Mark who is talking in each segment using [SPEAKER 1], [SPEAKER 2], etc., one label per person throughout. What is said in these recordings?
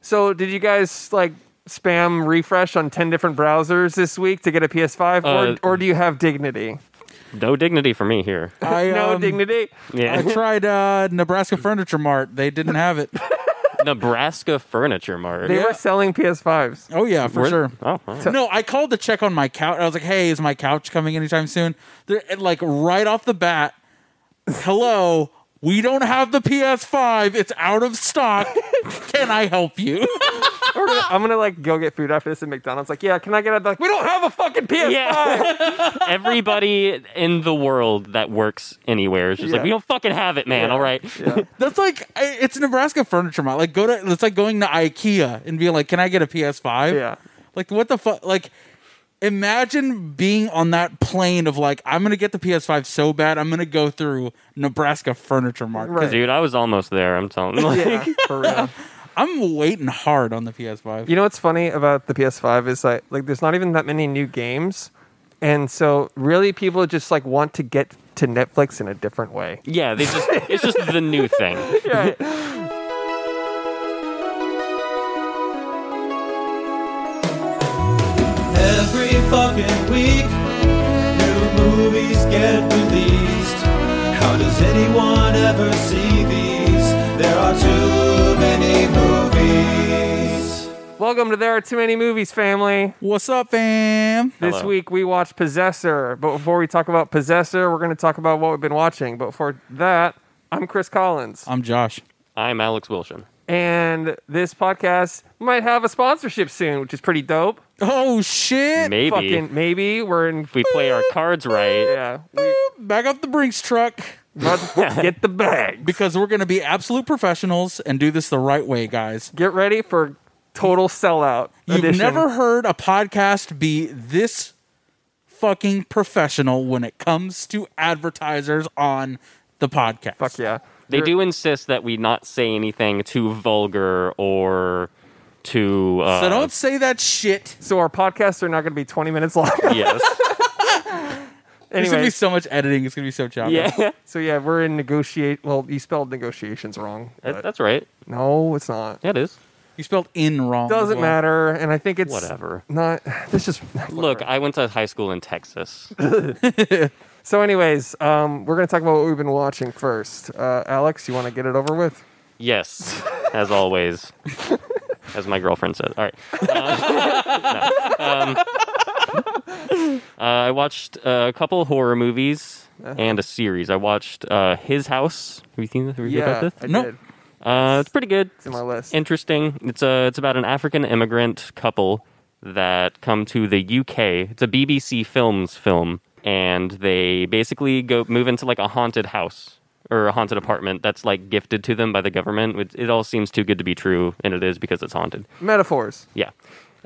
[SPEAKER 1] So, did you guys like spam refresh on 10 different browsers this week to get a PS5
[SPEAKER 2] Uh,
[SPEAKER 1] or, or do you have dignity?
[SPEAKER 2] No dignity for me here.
[SPEAKER 3] I,
[SPEAKER 1] no
[SPEAKER 3] um,
[SPEAKER 1] dignity.
[SPEAKER 2] Yeah.
[SPEAKER 3] I tried uh, Nebraska Furniture Mart. They didn't have it.
[SPEAKER 2] Nebraska Furniture Mart.
[SPEAKER 1] They
[SPEAKER 3] yeah.
[SPEAKER 1] were selling PS5s.
[SPEAKER 3] Oh yeah, for
[SPEAKER 2] Were-
[SPEAKER 3] sure.
[SPEAKER 2] Oh, wow.
[SPEAKER 3] No, I called to check on my couch. I was like, "Hey, is my couch coming anytime soon?" They're and, like right off the bat. Hello, we don't have the PS5. It's out of stock. Can I help you?
[SPEAKER 1] We're gonna- I'm gonna like go get food after this at McDonald's. Like, yeah, can I get a like? We don't have a fucking PS5.
[SPEAKER 2] Yeah. Everybody in the world that works anywhere is just
[SPEAKER 1] Yeah.
[SPEAKER 2] like, we don't fucking have it, man. All right.
[SPEAKER 3] That's like I- it's Nebraska Furniture Mart. Like go to it's like going to IKEA and being like, "Can I get a PS5?"
[SPEAKER 1] Yeah.
[SPEAKER 3] Like what the fuck? Like imagine being on that plane of like, "I'm gonna get the PS5 so bad, I'm gonna go through Nebraska Furniture Mart." 'Cause
[SPEAKER 1] Right.
[SPEAKER 2] Dude, I was almost there. I'm telling you.
[SPEAKER 1] Yeah, for real.
[SPEAKER 3] I'm waiting hard on the PS5.
[SPEAKER 1] You know what's funny about the PS5 is like, like there's not even that many new games, and so really people just like want to get to Netflix in a different way.
[SPEAKER 2] Yeah, they just it's just the new thing.
[SPEAKER 4] Every fucking week, new movies get released. How does anyone ever see these? There are too many movies.
[SPEAKER 1] Welcome to There Are Too Many Movies, family.
[SPEAKER 3] What's up, fam?
[SPEAKER 1] This
[SPEAKER 2] Hello.
[SPEAKER 1] week we watched Possessor, but before we talk about Possessor, we're going to talk about what we've been watching. But for that, I'm Chris Collins,
[SPEAKER 3] I'm Josh.
[SPEAKER 2] I'm Alex Wilson.
[SPEAKER 1] and this podcast might have a sponsorship soon, which is pretty dope.
[SPEAKER 3] Oh shit!
[SPEAKER 2] Maybe
[SPEAKER 1] Fucking maybe we're in.
[SPEAKER 2] if we play our cards right.
[SPEAKER 1] Yeah, we
[SPEAKER 3] Back up the Brinks truck
[SPEAKER 1] about to get the bag.
[SPEAKER 3] because we're gonna be absolute professionals and do this the right way, guys.
[SPEAKER 1] Get ready for total sellout.
[SPEAKER 3] You've
[SPEAKER 1] edition.
[SPEAKER 3] never heard a podcast be this fucking professional when it comes to advertisers on the podcast.
[SPEAKER 1] Fuck yeah.
[SPEAKER 2] They do insist that we not say anything too vulgar or too uh,
[SPEAKER 3] So don't say that shit.
[SPEAKER 1] So our podcasts are not going to be 20 minutes long.
[SPEAKER 2] yes.
[SPEAKER 3] There's gonna
[SPEAKER 1] anyway,
[SPEAKER 3] be so much editing. It's gonna be so choppy.
[SPEAKER 2] Yeah.
[SPEAKER 1] so yeah, we're in negotiate. Well, you spelled negotiations wrong.
[SPEAKER 3] Uh,
[SPEAKER 2] That-
[SPEAKER 1] but-
[SPEAKER 2] That's right.
[SPEAKER 1] no, it's not.
[SPEAKER 2] That is.
[SPEAKER 3] You spelled in wrong. as
[SPEAKER 1] Doesn't
[SPEAKER 3] well.
[SPEAKER 1] matter. And I think it's
[SPEAKER 2] Whatever.
[SPEAKER 1] Not. This just
[SPEAKER 2] Look, I went to high school in Texas.
[SPEAKER 1] So, anyways, um, we're going to talk about what we've been watching first. Uh, Alex, you want to get it over with?
[SPEAKER 2] Yes, as always, as my girlfriend says. All right. Uh, no. um, uh, I watched uh, a couple horror movies
[SPEAKER 1] Uh-huh.
[SPEAKER 2] and a series. I watched uh, His House. Have you seen this? Have you heard
[SPEAKER 1] yeah,
[SPEAKER 2] about
[SPEAKER 1] I
[SPEAKER 2] this?
[SPEAKER 3] No.
[SPEAKER 1] did.
[SPEAKER 2] Uh, it's pretty good.
[SPEAKER 1] It's in my list.
[SPEAKER 2] Interesting. It's uh, it's about an African immigrant couple that come to the UK. It's a BBC Films film, and they basically go move into like a haunted house or a haunted apartment that's like gifted to them by the government. It, it all seems too good to be true, and it is because it's haunted.
[SPEAKER 1] Metaphors.
[SPEAKER 2] Yeah,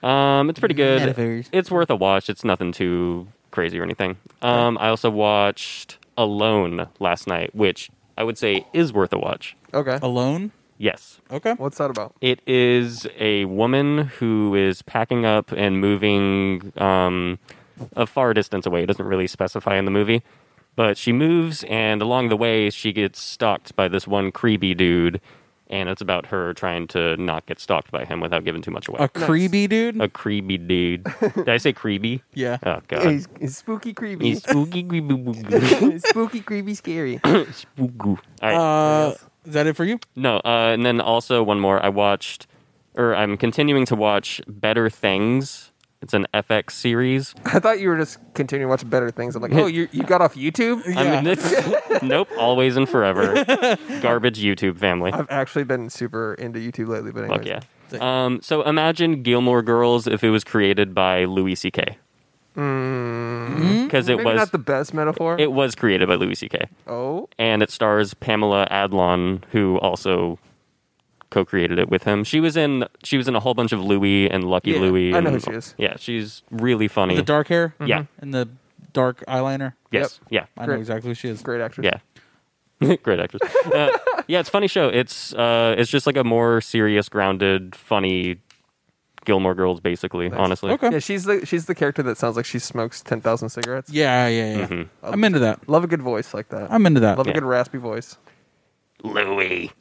[SPEAKER 2] um, it's pretty good.
[SPEAKER 3] Metaphors.
[SPEAKER 2] It's worth a watch. It's nothing too crazy or anything. Um, I also watched Alone last night, which I would say is worth a watch.
[SPEAKER 1] Okay.
[SPEAKER 2] Oh.
[SPEAKER 3] Alone.
[SPEAKER 2] Yes.
[SPEAKER 3] Okay.
[SPEAKER 1] What's that about?
[SPEAKER 2] It is a woman who is packing up and moving um, a far distance away. It doesn't really specify in the movie, but she moves, and along the way, she gets stalked by this one creepy dude, and it's about her trying to not get stalked by him without giving too much away.
[SPEAKER 3] A creepy dude.
[SPEAKER 2] A creepy dude. Did I say creepy?
[SPEAKER 3] yeah.
[SPEAKER 2] Oh god.
[SPEAKER 1] He's, he's spooky, creepy.
[SPEAKER 2] He's spooky, creepy, spooky.
[SPEAKER 1] spooky, creepy, scary.
[SPEAKER 2] All right.
[SPEAKER 3] Uh, is that it for you?
[SPEAKER 2] No, uh, and then also one more. I watched, or I'm continuing to watch Better Things. It's an FX series.
[SPEAKER 1] I thought you were just continuing to watch better things. I'm like, oh, you you got off YouTube?
[SPEAKER 2] I mean, nope, always and forever. Garbage YouTube family.
[SPEAKER 1] I've actually been super into YouTube lately, but anyways.
[SPEAKER 2] Fuck yeah. Um, so imagine Gilmore Girls if it was created by Louis C.K. Because it
[SPEAKER 1] Mm. Maybe
[SPEAKER 2] was
[SPEAKER 1] not the best metaphor.
[SPEAKER 2] it was created by Louis C.K.
[SPEAKER 1] oh,
[SPEAKER 2] and it stars Pamela Adlon, who also co-created it with him. She was in she was in a whole bunch of Louis and Lucky
[SPEAKER 1] Yeah,
[SPEAKER 2] Louie.
[SPEAKER 1] I know
[SPEAKER 2] and-
[SPEAKER 1] who she is.
[SPEAKER 2] Yeah, she's really funny.
[SPEAKER 3] The dark hair. Mm-hmm.
[SPEAKER 2] Yeah.
[SPEAKER 3] And the dark eyeliner.
[SPEAKER 2] Yes.
[SPEAKER 3] I know
[SPEAKER 1] Great.
[SPEAKER 3] exactly who she is.
[SPEAKER 1] great actress.
[SPEAKER 2] Yeah. Yeah. Great actress. Uh, yeah, it's a funny show. It's uh, it's just like a more serious, grounded, funny Gilmore Girls, basically. Honestly.
[SPEAKER 3] Okay.
[SPEAKER 1] Yeah, she's the she's the character that sounds like she smokes ten thousand cigarettes.
[SPEAKER 3] Yeah, yeah, yeah.
[SPEAKER 1] Mm-hmm.
[SPEAKER 3] I'm into that.
[SPEAKER 1] Love a good voice like that.
[SPEAKER 3] I'm into that.
[SPEAKER 1] Love a
[SPEAKER 2] Yeah.
[SPEAKER 1] good raspy voice.
[SPEAKER 2] Louis.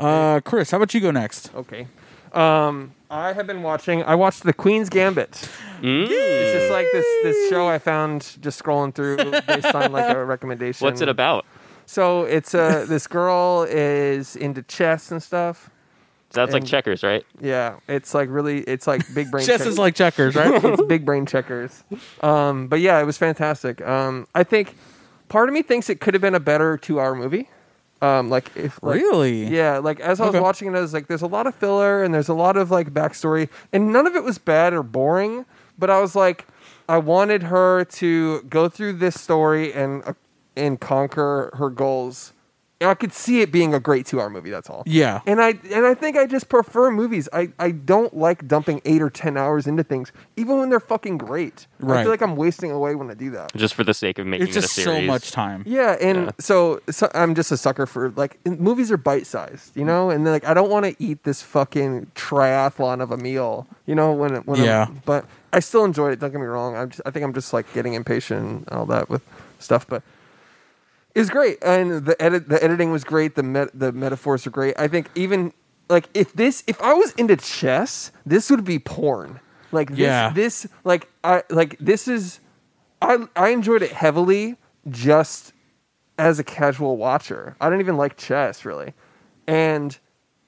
[SPEAKER 3] Uh, Chris, how about you go next?
[SPEAKER 1] Okay. Um, I have been watching. I watched The Queen's Gambit.
[SPEAKER 2] Hmm?
[SPEAKER 1] It's just like this this show I found just scrolling through based on like a recommendation.
[SPEAKER 2] What's it about?
[SPEAKER 1] So it's uh this girl is into chess and stuff.
[SPEAKER 2] Sounds like
[SPEAKER 1] And-
[SPEAKER 2] checkers, right?
[SPEAKER 1] Yeah, it's like really it's like big brain.
[SPEAKER 3] Chess
[SPEAKER 1] check-
[SPEAKER 3] is like checkers, right?
[SPEAKER 1] it's big brain checkers. Um, but yeah, it was fantastic. Um, I think part of me thinks it could have been a better two hour movie. Um, like if like,
[SPEAKER 3] really?
[SPEAKER 1] yeah, like as I was
[SPEAKER 3] Okay.
[SPEAKER 1] watching it, I was like, there's a lot of filler and there's a lot of like backstory, and none of it was bad or boring. But I was like, I wanted her to go through this story and uh, and conquer her goals. And I could see it being a great two hour movie. That's all.
[SPEAKER 3] Yeah.
[SPEAKER 1] And I and I think I just prefer movies. I, I don't like dumping eight or ten hours into things, even when they're fucking great. I
[SPEAKER 3] Right.
[SPEAKER 1] feel like I'm wasting away when I do that.
[SPEAKER 2] Just for the sake of making
[SPEAKER 3] It's
[SPEAKER 2] it a
[SPEAKER 3] just so
[SPEAKER 2] series.
[SPEAKER 3] much time.
[SPEAKER 1] Yeah, and So, so I'm just a sucker for like and movies are bite sized, you know, and then, like I don't want to eat this fucking triathlon of a meal, you know, when it- when I'm-
[SPEAKER 3] Yeah.
[SPEAKER 1] but I still enjoyed it. Don't get me wrong. I'm just I think I'm just like getting impatient and all that with stuff, but it's great and the edit the editing was great. The met, the metaphors are great. I think even like if this if I was into chess, this would be porn. Like this,
[SPEAKER 3] Yeah.
[SPEAKER 1] this like I like this is I I enjoyed it heavily just as a casual watcher. I don't even like chess really, and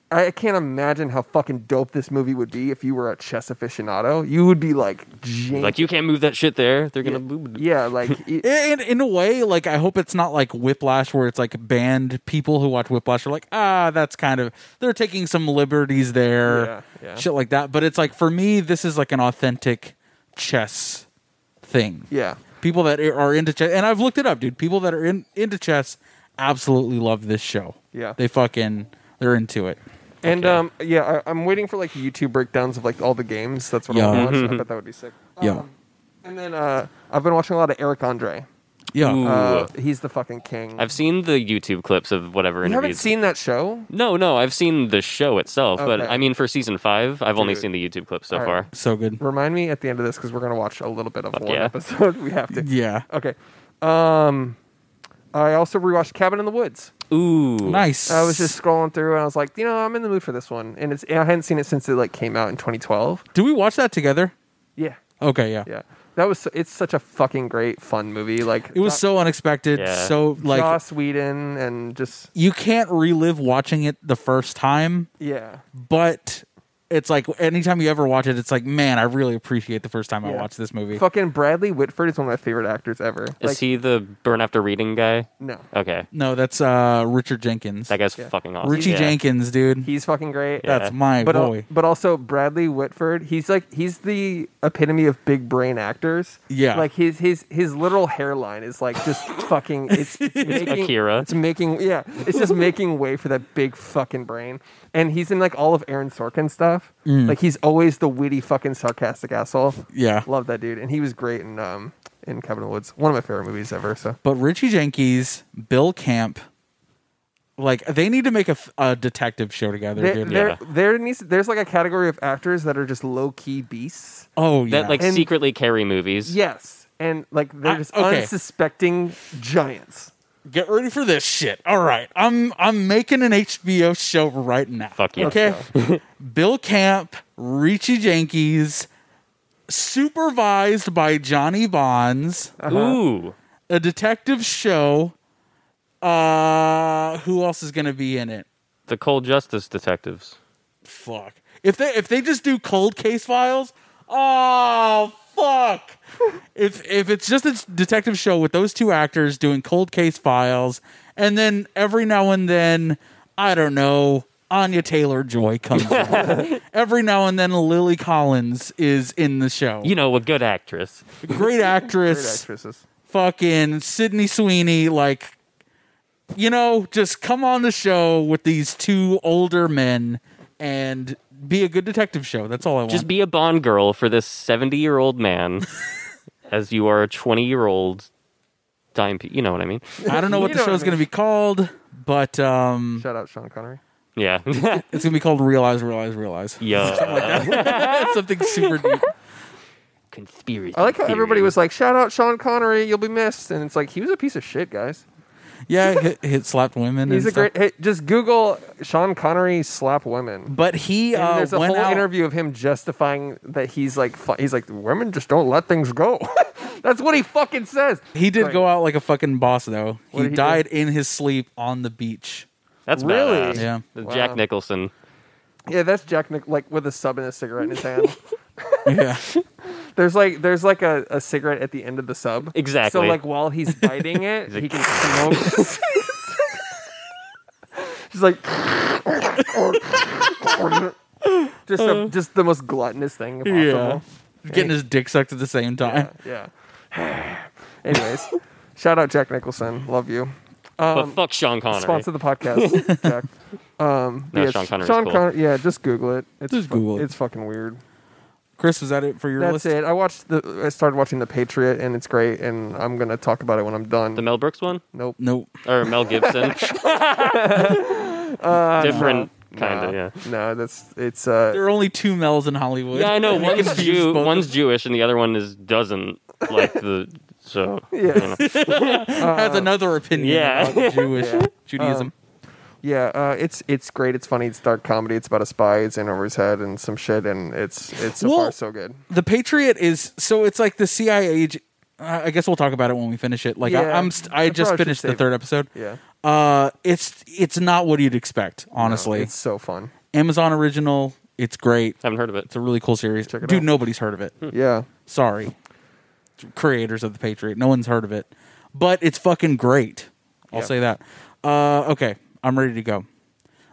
[SPEAKER 1] I can't imagine how fucking dope this movie would be if you were a chess aficionado. You would be like, jank-
[SPEAKER 2] Like you can't move that shit there. They're gonna
[SPEAKER 1] yeah,
[SPEAKER 2] move.
[SPEAKER 1] yeah, like it-
[SPEAKER 3] In, in a way, like I hope it's not like Whiplash, where it's like banned people who watch Whiplash are like, ah, that's kind of they're taking some liberties there,
[SPEAKER 1] Yeah, yeah.
[SPEAKER 3] shit like that. But it's like for me, this is like an authentic chess thing.
[SPEAKER 1] yeah,
[SPEAKER 3] people that are into chess and i've looked it up dude people that are in, into chess absolutely love this show
[SPEAKER 1] Yeah.
[SPEAKER 3] they fucking they're into it
[SPEAKER 1] and um, yeah, I, I'm waiting for like YouTube breakdowns of like all the games. That's what
[SPEAKER 3] Yeah.
[SPEAKER 1] I want to watch. I bet that would be sick.
[SPEAKER 3] yeah
[SPEAKER 1] Um, and then uh, I've been watching a lot of Eric Andre.
[SPEAKER 3] yeah
[SPEAKER 2] Ooh.
[SPEAKER 1] Uh, he's the fucking king.
[SPEAKER 2] I've seen the YouTube clips of whatever
[SPEAKER 1] you
[SPEAKER 2] interviews.
[SPEAKER 1] haven't seen that show?
[SPEAKER 2] No, no, I've seen the show itself, but
[SPEAKER 1] Okay.
[SPEAKER 2] I mean for season five, I've only
[SPEAKER 1] Dude.
[SPEAKER 2] seen the YouTube clips so
[SPEAKER 1] All right.
[SPEAKER 2] far.
[SPEAKER 3] so good
[SPEAKER 1] Remind me at the end of this because we're gonna watch a little bit of one
[SPEAKER 2] yeah.
[SPEAKER 1] episode. We have to.
[SPEAKER 3] yeah
[SPEAKER 1] Okay. Um, I also rewatched Cabin in the Woods.
[SPEAKER 2] Ooh,
[SPEAKER 3] nice
[SPEAKER 1] I was just scrolling through and I was like, you know, I'm in the mood for this one, and it's and I hadn't seen it since it like came out in 2012.
[SPEAKER 3] do we watch that together
[SPEAKER 1] Yeah,
[SPEAKER 3] okay yeah,
[SPEAKER 1] yeah. That was so- it's such a fucking great fun movie. Like
[SPEAKER 3] it was so unexpected
[SPEAKER 2] Yeah.
[SPEAKER 3] so like
[SPEAKER 1] Joss Whedon and just
[SPEAKER 3] you can't relive watching it the first time
[SPEAKER 1] yeah.
[SPEAKER 3] but it's like anytime you ever watch it it's like man i really appreciate the first time i
[SPEAKER 1] Yeah.
[SPEAKER 3] watched this movie
[SPEAKER 1] Fucking Bradley Whitford is one of my favorite actors ever.
[SPEAKER 2] is
[SPEAKER 1] like,
[SPEAKER 2] he the burn after reading guy?
[SPEAKER 1] no,
[SPEAKER 2] Okay,
[SPEAKER 3] no that's uh richard jenkins
[SPEAKER 2] that guy's
[SPEAKER 1] Yeah.
[SPEAKER 2] fucking awesome.
[SPEAKER 3] richie
[SPEAKER 2] yeah.
[SPEAKER 3] jenkins dude
[SPEAKER 1] he's fucking great.
[SPEAKER 2] Yeah.
[SPEAKER 3] that's my
[SPEAKER 1] But, uh, al-
[SPEAKER 3] boy
[SPEAKER 1] but also Bradley Whitford, he's like he's the epitome of big brain actors.
[SPEAKER 3] Yeah.
[SPEAKER 1] like his his his literal hairline is like just fucking it's making,
[SPEAKER 2] Akira.
[SPEAKER 1] It's making yeah, it's just making way for that big fucking brain. And he's in like all of Aaron Sorkin stuff. Like he's always the witty fucking sarcastic asshole.
[SPEAKER 3] yeah
[SPEAKER 1] Love that dude, and he was great in um in Cabin in the Woods, one of my favorite movies ever. So
[SPEAKER 3] But Richie Jenkins, Bill Camp, like they need to make a, f- a detective show together.
[SPEAKER 1] there
[SPEAKER 3] dude.
[SPEAKER 1] there,
[SPEAKER 2] Yeah.
[SPEAKER 1] there needs there's like a category of actors that are just low key beasts.
[SPEAKER 3] oh yeah,
[SPEAKER 2] That like
[SPEAKER 1] And-
[SPEAKER 2] secretly carry movies.
[SPEAKER 1] Yes. And like they're
[SPEAKER 3] I-
[SPEAKER 1] just
[SPEAKER 3] okay.
[SPEAKER 1] unsuspecting giants.
[SPEAKER 3] get ready for this shit. All right, I'm I'm making an HBO show right now.
[SPEAKER 2] Fuck yeah.
[SPEAKER 3] Okay, Bill Camp, Richie Jenkins, supervised by Johnny Bonds,
[SPEAKER 1] uh-huh.
[SPEAKER 2] Ooh,
[SPEAKER 3] a detective show. Uh, who else is gonna be in it?
[SPEAKER 2] the Cold Justice Detectives.
[SPEAKER 3] fuck. If they if they just do cold case files, oh fuck. if if it's just a detective show with those two actors doing cold case files, and then every now and then, I don't know, Anya Taylor Joy comes. in. every now and then, Lily Collins is in the show.
[SPEAKER 2] You know, a good actress.
[SPEAKER 3] Great actress.
[SPEAKER 1] Great actresses.
[SPEAKER 3] Fucking Sydney Sweeney, like. You know, just come on the show with these two older men and be a good detective show. That's all I want.
[SPEAKER 2] Just be a Bond girl for this seventy-year-old man, as you are a twenty-year-old dime. Pe- you know what I mean?
[SPEAKER 3] I don't know what
[SPEAKER 1] You
[SPEAKER 3] the
[SPEAKER 1] know what
[SPEAKER 3] show's
[SPEAKER 1] I
[SPEAKER 3] going
[SPEAKER 1] mean.
[SPEAKER 3] to be called, but um,
[SPEAKER 1] Shout out Sean Connery.
[SPEAKER 2] Yeah.
[SPEAKER 3] it's going to be called Realize, Realize, Realize.
[SPEAKER 2] yeah.
[SPEAKER 3] Something super deep.
[SPEAKER 2] Conspiracy.
[SPEAKER 1] I like how everybody
[SPEAKER 2] theories.
[SPEAKER 1] was like, shout out Sean Connery, you'll be missed. And it's like, he was a piece of shit, guys.
[SPEAKER 3] Yeah, hit, hit slapped women.
[SPEAKER 1] He's
[SPEAKER 3] and
[SPEAKER 1] a
[SPEAKER 3] stuff.
[SPEAKER 1] great. Hey, just Google Sean Connery slap women.
[SPEAKER 3] But he
[SPEAKER 1] And
[SPEAKER 3] uh,
[SPEAKER 1] there's a
[SPEAKER 3] went
[SPEAKER 1] whole
[SPEAKER 3] out.
[SPEAKER 1] interview of him justifying that he's like fu- he's like women just don't let things go. That's what he fucking says.
[SPEAKER 3] He did
[SPEAKER 1] Great.
[SPEAKER 3] go out like a fucking boss, though.
[SPEAKER 1] did
[SPEAKER 3] He,
[SPEAKER 1] he do?
[SPEAKER 3] died in his sleep on the beach.
[SPEAKER 2] That's
[SPEAKER 1] Really?
[SPEAKER 2] badass.
[SPEAKER 3] Yeah.
[SPEAKER 2] The
[SPEAKER 1] Wow.
[SPEAKER 2] Jack Nicholson.
[SPEAKER 1] Yeah, that's Jack Nic- like with a sub and a cigarette in his hand.
[SPEAKER 3] Yeah,
[SPEAKER 1] There's like there's like a, a cigarette at the end of the sub.
[SPEAKER 2] Exactly.
[SPEAKER 1] So like while he's biting it,
[SPEAKER 2] He's like-
[SPEAKER 1] he can smoke. He's like just
[SPEAKER 2] Uh.
[SPEAKER 1] a, just the most gluttonous thing
[SPEAKER 3] yeah.
[SPEAKER 1] possible.
[SPEAKER 3] Getting his dick sucked at the same
[SPEAKER 2] Uh.
[SPEAKER 3] time.
[SPEAKER 1] Yeah. Anyways, shout out Jack Nicholson. Love you. Um,
[SPEAKER 2] but fuck Sean Connery.
[SPEAKER 1] Sponsor the podcast, Jack. Um,
[SPEAKER 2] No,
[SPEAKER 1] yeah,
[SPEAKER 2] Sean Connery's
[SPEAKER 1] Sean
[SPEAKER 2] cool.
[SPEAKER 1] Connery. Yeah, just Google it. It's
[SPEAKER 3] Just Google it.
[SPEAKER 1] It's fucking weird.
[SPEAKER 3] Chris, was that it for your
[SPEAKER 1] That's
[SPEAKER 3] list?
[SPEAKER 1] it. I watched the. I started watching The Patriot, and it's great. And I'm gonna talk about it when I'm done.
[SPEAKER 2] the Mel Brooks one?
[SPEAKER 1] nope.
[SPEAKER 3] Nope.
[SPEAKER 2] Or Mel Gibson?
[SPEAKER 1] Uh,
[SPEAKER 2] Different, kind of, yeah.
[SPEAKER 1] No, that's it's. uh
[SPEAKER 3] There are only two Mel's in Hollywood.
[SPEAKER 2] Yeah, I know.
[SPEAKER 3] We
[SPEAKER 2] One's
[SPEAKER 3] confused
[SPEAKER 2] Jew,
[SPEAKER 3] both of
[SPEAKER 2] one's Jewish, and the other one is doesn't like the so.
[SPEAKER 1] Yeah,
[SPEAKER 3] them. has another opinion
[SPEAKER 2] Yeah.
[SPEAKER 3] about Jewish Judaism.
[SPEAKER 1] yeah. Uh, it's it's great. It's funny. It's dark comedy. It's about a spy. It's in over his head and some shit. And it's it's so
[SPEAKER 3] Well-
[SPEAKER 1] far so good.
[SPEAKER 3] the Patriot is so it's like the CIA. ag- uh, I guess we'll talk about it when we finish it. Like
[SPEAKER 1] Yeah.
[SPEAKER 3] I, I'm, st- I,
[SPEAKER 1] I
[SPEAKER 3] just
[SPEAKER 1] probably should
[SPEAKER 3] finished the
[SPEAKER 1] save
[SPEAKER 3] third episode.
[SPEAKER 1] Yeah,
[SPEAKER 3] Uh, it's it's not what you'd expect, honestly.
[SPEAKER 1] it's so fun.
[SPEAKER 3] Amazon original. It's great.
[SPEAKER 2] Haven't heard of it.
[SPEAKER 3] It's a really cool series.
[SPEAKER 1] Check it
[SPEAKER 3] Dude,
[SPEAKER 1] out.
[SPEAKER 3] nobody's heard of it.
[SPEAKER 1] Yeah,
[SPEAKER 3] Sorry, creators of the Patriot. No one's heard of it, but it's fucking great. I'll
[SPEAKER 1] Yeah.
[SPEAKER 3] say that. Uh, okay, I'm ready to go.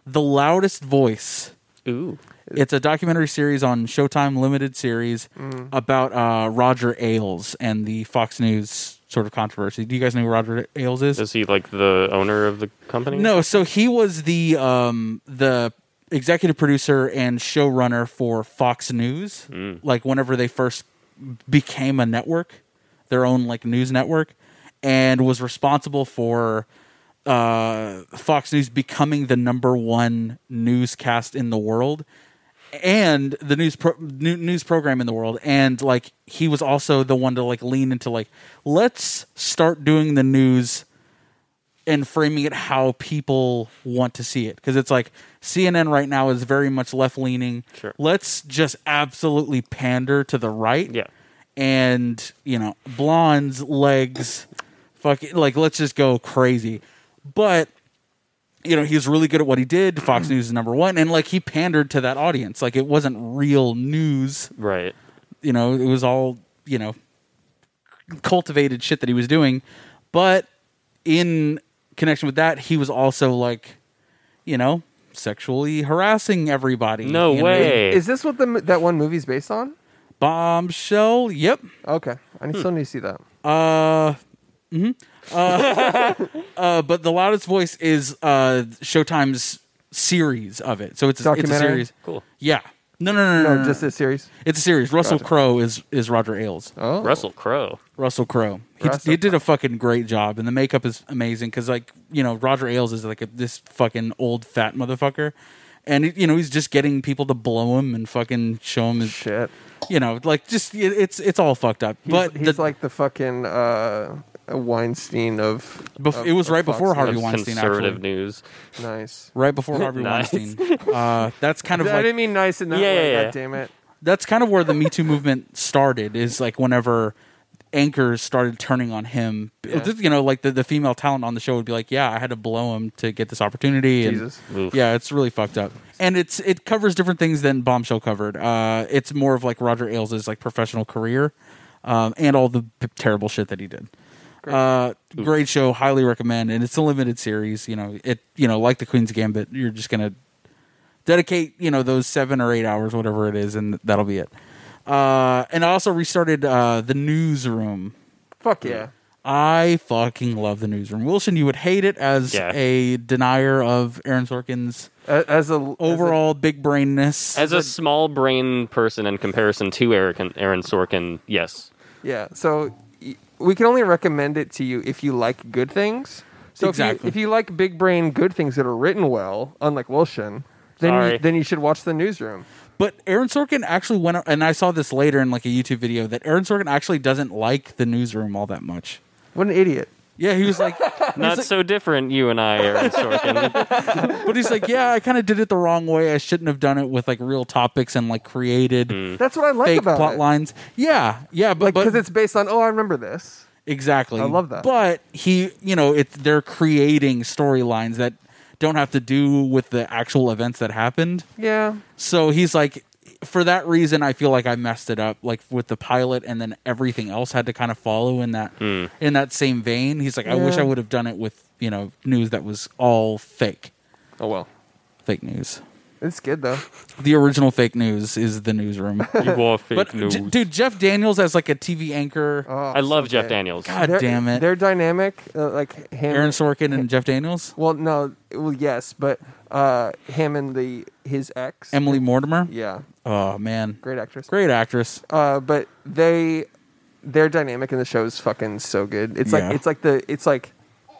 [SPEAKER 3] The loudest voice.
[SPEAKER 2] Ooh.
[SPEAKER 3] It's a documentary series on Showtime limited series about uh, Roger Ailes and the Fox News sort of controversy. Do you guys know who Roger Ailes is?
[SPEAKER 2] Is he like the owner of the company?
[SPEAKER 3] no, so he was the um, the executive producer and showrunner for Fox News. Like whenever they first became a network, their own like news network, and was responsible for uh, Fox News becoming the number one newscast in the world and the news pro- new, news program in the world and like he was also the one to like lean into like let's start doing the news and framing it how people want to see it because it's like CNN right now is very much left leaning
[SPEAKER 2] Sure.
[SPEAKER 3] let's just absolutely pander to the right
[SPEAKER 2] Yeah.
[SPEAKER 3] and you know blondes legs fuck it, like let's just go crazy but you know he was really good at what he did fox news is number one and like he pandered to that audience like it wasn't real news
[SPEAKER 2] Right.
[SPEAKER 3] you know it was all you know cultivated shit that he was doing but in connection with that he was also like you know sexually harassing everybody
[SPEAKER 2] No
[SPEAKER 3] you know?
[SPEAKER 2] way.
[SPEAKER 1] is this what the mo- that one movie's based on?
[SPEAKER 3] bombshell yep
[SPEAKER 1] Okay, I
[SPEAKER 2] Hmm.
[SPEAKER 1] need, still need to see that.
[SPEAKER 3] Uh, mhm. uh, uh, but the loudest voice is uh Showtime's series of it. So it's it's a
[SPEAKER 1] Documentary?
[SPEAKER 3] series.
[SPEAKER 2] Cool.
[SPEAKER 3] Yeah. No, no, no, no, no,
[SPEAKER 1] No,
[SPEAKER 3] no.
[SPEAKER 1] Oh, just this series.
[SPEAKER 3] it's a series. Russell
[SPEAKER 1] Gotcha.
[SPEAKER 3] Crowe is is Roger Ailes.
[SPEAKER 1] Oh,
[SPEAKER 2] Russell Crowe.
[SPEAKER 3] Russell Crowe. He,
[SPEAKER 1] Russell
[SPEAKER 3] he did a fucking great job, and the makeup is amazing because, like, you know, Roger Ailes is like a, this fucking old fat motherfucker, and you know he's just getting people to blow him and fucking show him his,
[SPEAKER 1] shit.
[SPEAKER 3] you know, like just it, it's it's all fucked up.
[SPEAKER 1] He's,
[SPEAKER 3] but
[SPEAKER 1] he's
[SPEAKER 3] the-
[SPEAKER 1] like the fucking uh, Weinstein of.
[SPEAKER 3] Bef-
[SPEAKER 1] of-
[SPEAKER 3] it was
[SPEAKER 1] of
[SPEAKER 3] right
[SPEAKER 1] Fox
[SPEAKER 3] before Harvey
[SPEAKER 2] Of
[SPEAKER 1] News.
[SPEAKER 3] Weinstein,
[SPEAKER 2] conservative
[SPEAKER 3] actually.
[SPEAKER 2] news.
[SPEAKER 1] Nice.
[SPEAKER 3] right before Harvey
[SPEAKER 2] Nice.
[SPEAKER 3] Weinstein. Uh, that's kind of
[SPEAKER 1] I
[SPEAKER 3] like,
[SPEAKER 1] didn't mean nice in that
[SPEAKER 2] Yeah,
[SPEAKER 1] way.
[SPEAKER 2] yeah, yeah.
[SPEAKER 1] God damn it.
[SPEAKER 3] that's kind of where the Me Too movement started. Is like whenever anchors started turning on him,
[SPEAKER 1] Yeah.
[SPEAKER 3] you know, like the, the female talent on the show would be like, "Yeah, I had to blow him to get this opportunity." and-
[SPEAKER 1] Jesus.
[SPEAKER 2] Oof.
[SPEAKER 3] yeah, it's really fucked up, and it's it covers different things than Bombshell covered. Uh, it's more of like Roger Ailes' like professional career, um, and all the p- terrible shit that he did. Great. Uh, great show, highly recommend, and it's a limited series. You know, it you know like the Queen's Gambit, you're just gonna dedicate you know those seven or eight hours, whatever it is, and that'll be it. Uh, and I also restarted uh, the newsroom.
[SPEAKER 1] Fuck yeah.
[SPEAKER 3] I fucking love the newsroom. Wilson, you would hate it as
[SPEAKER 2] Yeah.
[SPEAKER 3] a denier of Aaron Sorkin's
[SPEAKER 1] A- As a
[SPEAKER 3] overall big brainness.
[SPEAKER 2] As a small brain person in comparison to Aaron, Aaron Sorkin,
[SPEAKER 1] as
[SPEAKER 2] yes.
[SPEAKER 1] a- yeah. So y- we can only recommend it to you if you like good things. So if, you,
[SPEAKER 3] Exactly.
[SPEAKER 1] if you like big brain good things that are written well, unlike Wilson, then
[SPEAKER 2] Sorry.
[SPEAKER 1] you, then you should watch the newsroom.
[SPEAKER 3] but Aaron Sorkin actually went, and I saw this later in like a YouTube video that Aaron Sorkin actually doesn't like the newsroom all that much.
[SPEAKER 1] What an idiot.
[SPEAKER 3] Yeah, he was like,
[SPEAKER 2] Not so different, you and I, Aaron Sorkin.
[SPEAKER 3] but he's like, yeah, I kind of did it the wrong way. I shouldn't have done it with like real topics and like created
[SPEAKER 1] That's what I like
[SPEAKER 3] fake
[SPEAKER 1] about
[SPEAKER 3] plot
[SPEAKER 1] it.
[SPEAKER 3] lines. Yeah, yeah, but
[SPEAKER 1] Like
[SPEAKER 3] but
[SPEAKER 1] because it's based on oh I remember this.
[SPEAKER 3] Exactly.
[SPEAKER 1] I love that.
[SPEAKER 3] But he, you know, it's they're creating storylines that don't have to do with the actual events that happened.
[SPEAKER 1] Yeah.
[SPEAKER 3] So he's like, for that reason, I feel like I messed it up, like with the pilot, and then everything else had to kind of follow in that
[SPEAKER 2] Hmm.
[SPEAKER 3] in that same vein. He's like, I wish
[SPEAKER 1] Yeah.
[SPEAKER 3] I would have done it with you know news that was all fake,
[SPEAKER 1] Oh well.
[SPEAKER 3] fake news.
[SPEAKER 1] It's good though.
[SPEAKER 3] The original fake news is the newsroom.
[SPEAKER 2] You are fake
[SPEAKER 3] but
[SPEAKER 2] news.
[SPEAKER 3] J- dude, Jeff Daniels as like a TV anchor.
[SPEAKER 1] Oh,
[SPEAKER 2] I love
[SPEAKER 1] so
[SPEAKER 2] Jeff
[SPEAKER 1] good.
[SPEAKER 2] Daniels.
[SPEAKER 3] God
[SPEAKER 1] Their-
[SPEAKER 3] damn it,
[SPEAKER 1] Their dynamic, uh, like him.
[SPEAKER 3] Aaron Sorkin and Jeff Daniels,
[SPEAKER 1] well, no, well, yes, but uh, him and the his ex.
[SPEAKER 3] Emily Mortimer.
[SPEAKER 1] yeah,
[SPEAKER 3] Oh man,
[SPEAKER 1] great actress.
[SPEAKER 3] great actress.
[SPEAKER 1] Uh, but they, their dynamic in the show is fucking so good. It's
[SPEAKER 3] Yeah.
[SPEAKER 1] like it's like the it's like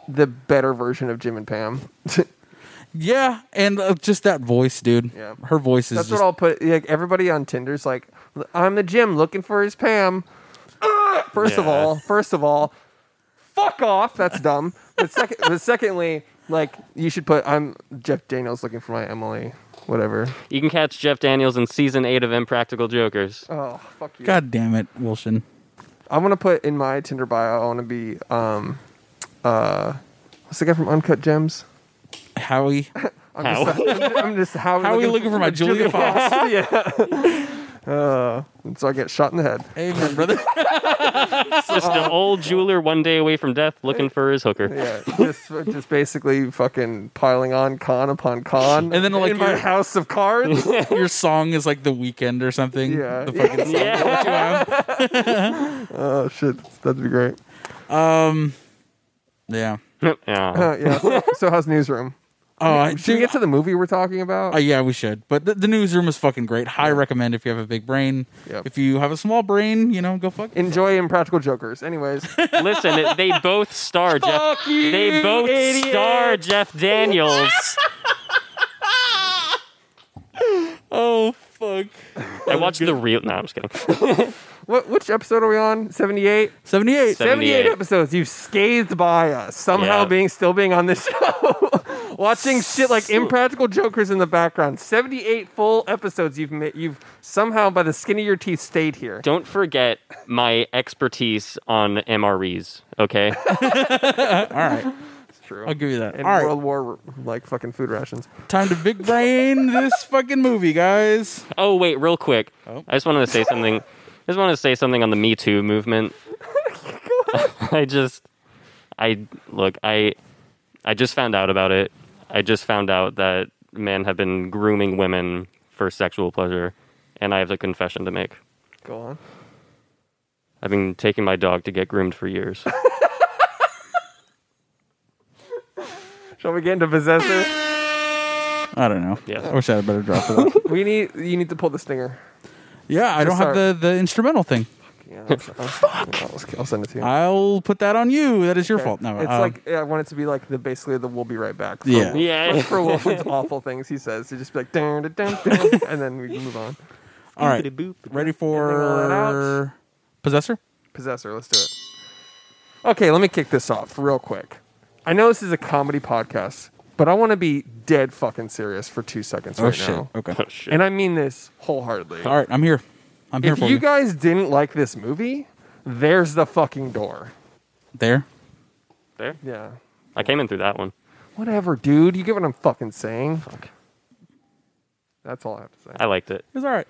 [SPEAKER 1] the better version of Jim and Pam.
[SPEAKER 3] Yeah, and uh, just that voice, dude.
[SPEAKER 1] Yeah.
[SPEAKER 3] her voice is
[SPEAKER 1] That's
[SPEAKER 3] just
[SPEAKER 1] what I'll put. Like everybody on Tinder's like, I'm the Jim looking for his Pam. Ugh! First of
[SPEAKER 2] Yeah.
[SPEAKER 1] all, first of all, fuck off. That's dumb. But second, but secondly, like you should put I'm Jeff Daniels looking for my Emily. Whatever.
[SPEAKER 2] You can catch Jeff Daniels in season eight of Impractical Jokers.
[SPEAKER 1] Oh fuck you.
[SPEAKER 3] God damn it, Wilson.
[SPEAKER 1] I want to put in my Tinder bio. I want to be um, uh, what's the guy from Uncut Gems?
[SPEAKER 3] Howie,
[SPEAKER 1] I'm
[SPEAKER 2] How?
[SPEAKER 1] just, I'm just, I'm just how
[SPEAKER 3] Howie looking, for my Julia Fox.
[SPEAKER 1] yeah. Uh, and so I get shot in the head.
[SPEAKER 3] Amen, brother.
[SPEAKER 2] Just an old jeweler one day away from death looking for his hooker.
[SPEAKER 1] Yeah, just just basically fucking piling on con upon con,
[SPEAKER 3] And then, like,
[SPEAKER 1] in my
[SPEAKER 3] you're-
[SPEAKER 1] house of cards.
[SPEAKER 3] Your song is like the weekend or something.
[SPEAKER 1] Yeah.
[SPEAKER 3] the fucking song
[SPEAKER 2] Yeah.
[SPEAKER 3] that you have.
[SPEAKER 1] oh shit, that'd be great.
[SPEAKER 3] Yeah.
[SPEAKER 2] yeah.
[SPEAKER 1] Uh, yeah. So, so how's newsroom?
[SPEAKER 3] Oh, I-
[SPEAKER 1] Should we
[SPEAKER 3] dude,
[SPEAKER 1] get to the movie we're talking about?
[SPEAKER 3] uh, yeah, we should. But the, the newsroom is fucking great. High recommend if you have a big brain.
[SPEAKER 1] Yep.
[SPEAKER 3] If you have a small brain, you know, go fuck.
[SPEAKER 1] Enjoy Impractical Jokers. Anyways,
[SPEAKER 2] Listen, it- they both star Jeff. They both star Jeff Daniels.
[SPEAKER 3] oh fuck.
[SPEAKER 2] I watched the real. No, I'm just kidding.
[SPEAKER 1] what which episode are we on? Seventy eight.
[SPEAKER 3] Seventy-eight.
[SPEAKER 2] Seven-
[SPEAKER 1] 78
[SPEAKER 2] 78.
[SPEAKER 1] episodes you've scathed by us somehow
[SPEAKER 2] Yeah.
[SPEAKER 1] being still being on this show watching shit like impractical jokers in the background 78 full episodes you've ma- you've somehow by the skin of your teeth stayed here
[SPEAKER 2] Don't forget my expertise on MREs. Okay.
[SPEAKER 3] All right,
[SPEAKER 1] It's true
[SPEAKER 3] I'll give you that.
[SPEAKER 1] and
[SPEAKER 3] All right,
[SPEAKER 1] world war like fucking food rations
[SPEAKER 3] time to big brain this fucking movie, guys.
[SPEAKER 2] Oh wait, real quick.
[SPEAKER 3] Oh.
[SPEAKER 2] I just wanted to say something. I just wanted to say something on the Me Too movement. I just, I look, I, I just found out about it. I just found out that men have been grooming women for sexual pleasure, and I have a confession to make.
[SPEAKER 1] go on
[SPEAKER 2] I've been taking my dog to get groomed for years.
[SPEAKER 1] shall we get into possessor
[SPEAKER 3] I don't know.
[SPEAKER 2] Yes.
[SPEAKER 3] I wish I had a better drop for that.
[SPEAKER 1] we need you need to pull the stinger
[SPEAKER 3] yeah, I don't have
[SPEAKER 1] Sorry.
[SPEAKER 3] the, the instrumental thing.
[SPEAKER 1] yeah, I'll, I'll- I'll- I'll send it to you
[SPEAKER 3] I'll put that on you. That is your fault. No,
[SPEAKER 1] it's
[SPEAKER 3] um,
[SPEAKER 1] like yeah, I want it to be like the basically the "We'll be right back" for
[SPEAKER 3] Yeah.
[SPEAKER 2] Yeah.
[SPEAKER 1] for Wilson's awful things he says. To just be like dun, dun, dun, dun, and then we move on.
[SPEAKER 3] all right.
[SPEAKER 2] Boop.
[SPEAKER 3] Ready
[SPEAKER 1] all that out.
[SPEAKER 3] for possessor?
[SPEAKER 1] Possessor, let's do it. Okay, let me kick this off real quick. I know this is a comedy podcast, but I want to be dead fucking serious for two seconds right now,
[SPEAKER 3] Okay.
[SPEAKER 2] Oh, shit.
[SPEAKER 1] and I mean this wholeheartedly.
[SPEAKER 3] All right, I'm here. I'm here
[SPEAKER 1] If
[SPEAKER 3] for
[SPEAKER 1] you guys didn't like this movie, there's the fucking door.
[SPEAKER 3] there.
[SPEAKER 2] There.
[SPEAKER 1] Yeah.
[SPEAKER 2] I came in through that one.
[SPEAKER 1] Whatever, dude. You get what I'm fucking saying. That's all I have to say.
[SPEAKER 2] I liked it.
[SPEAKER 3] It's all right.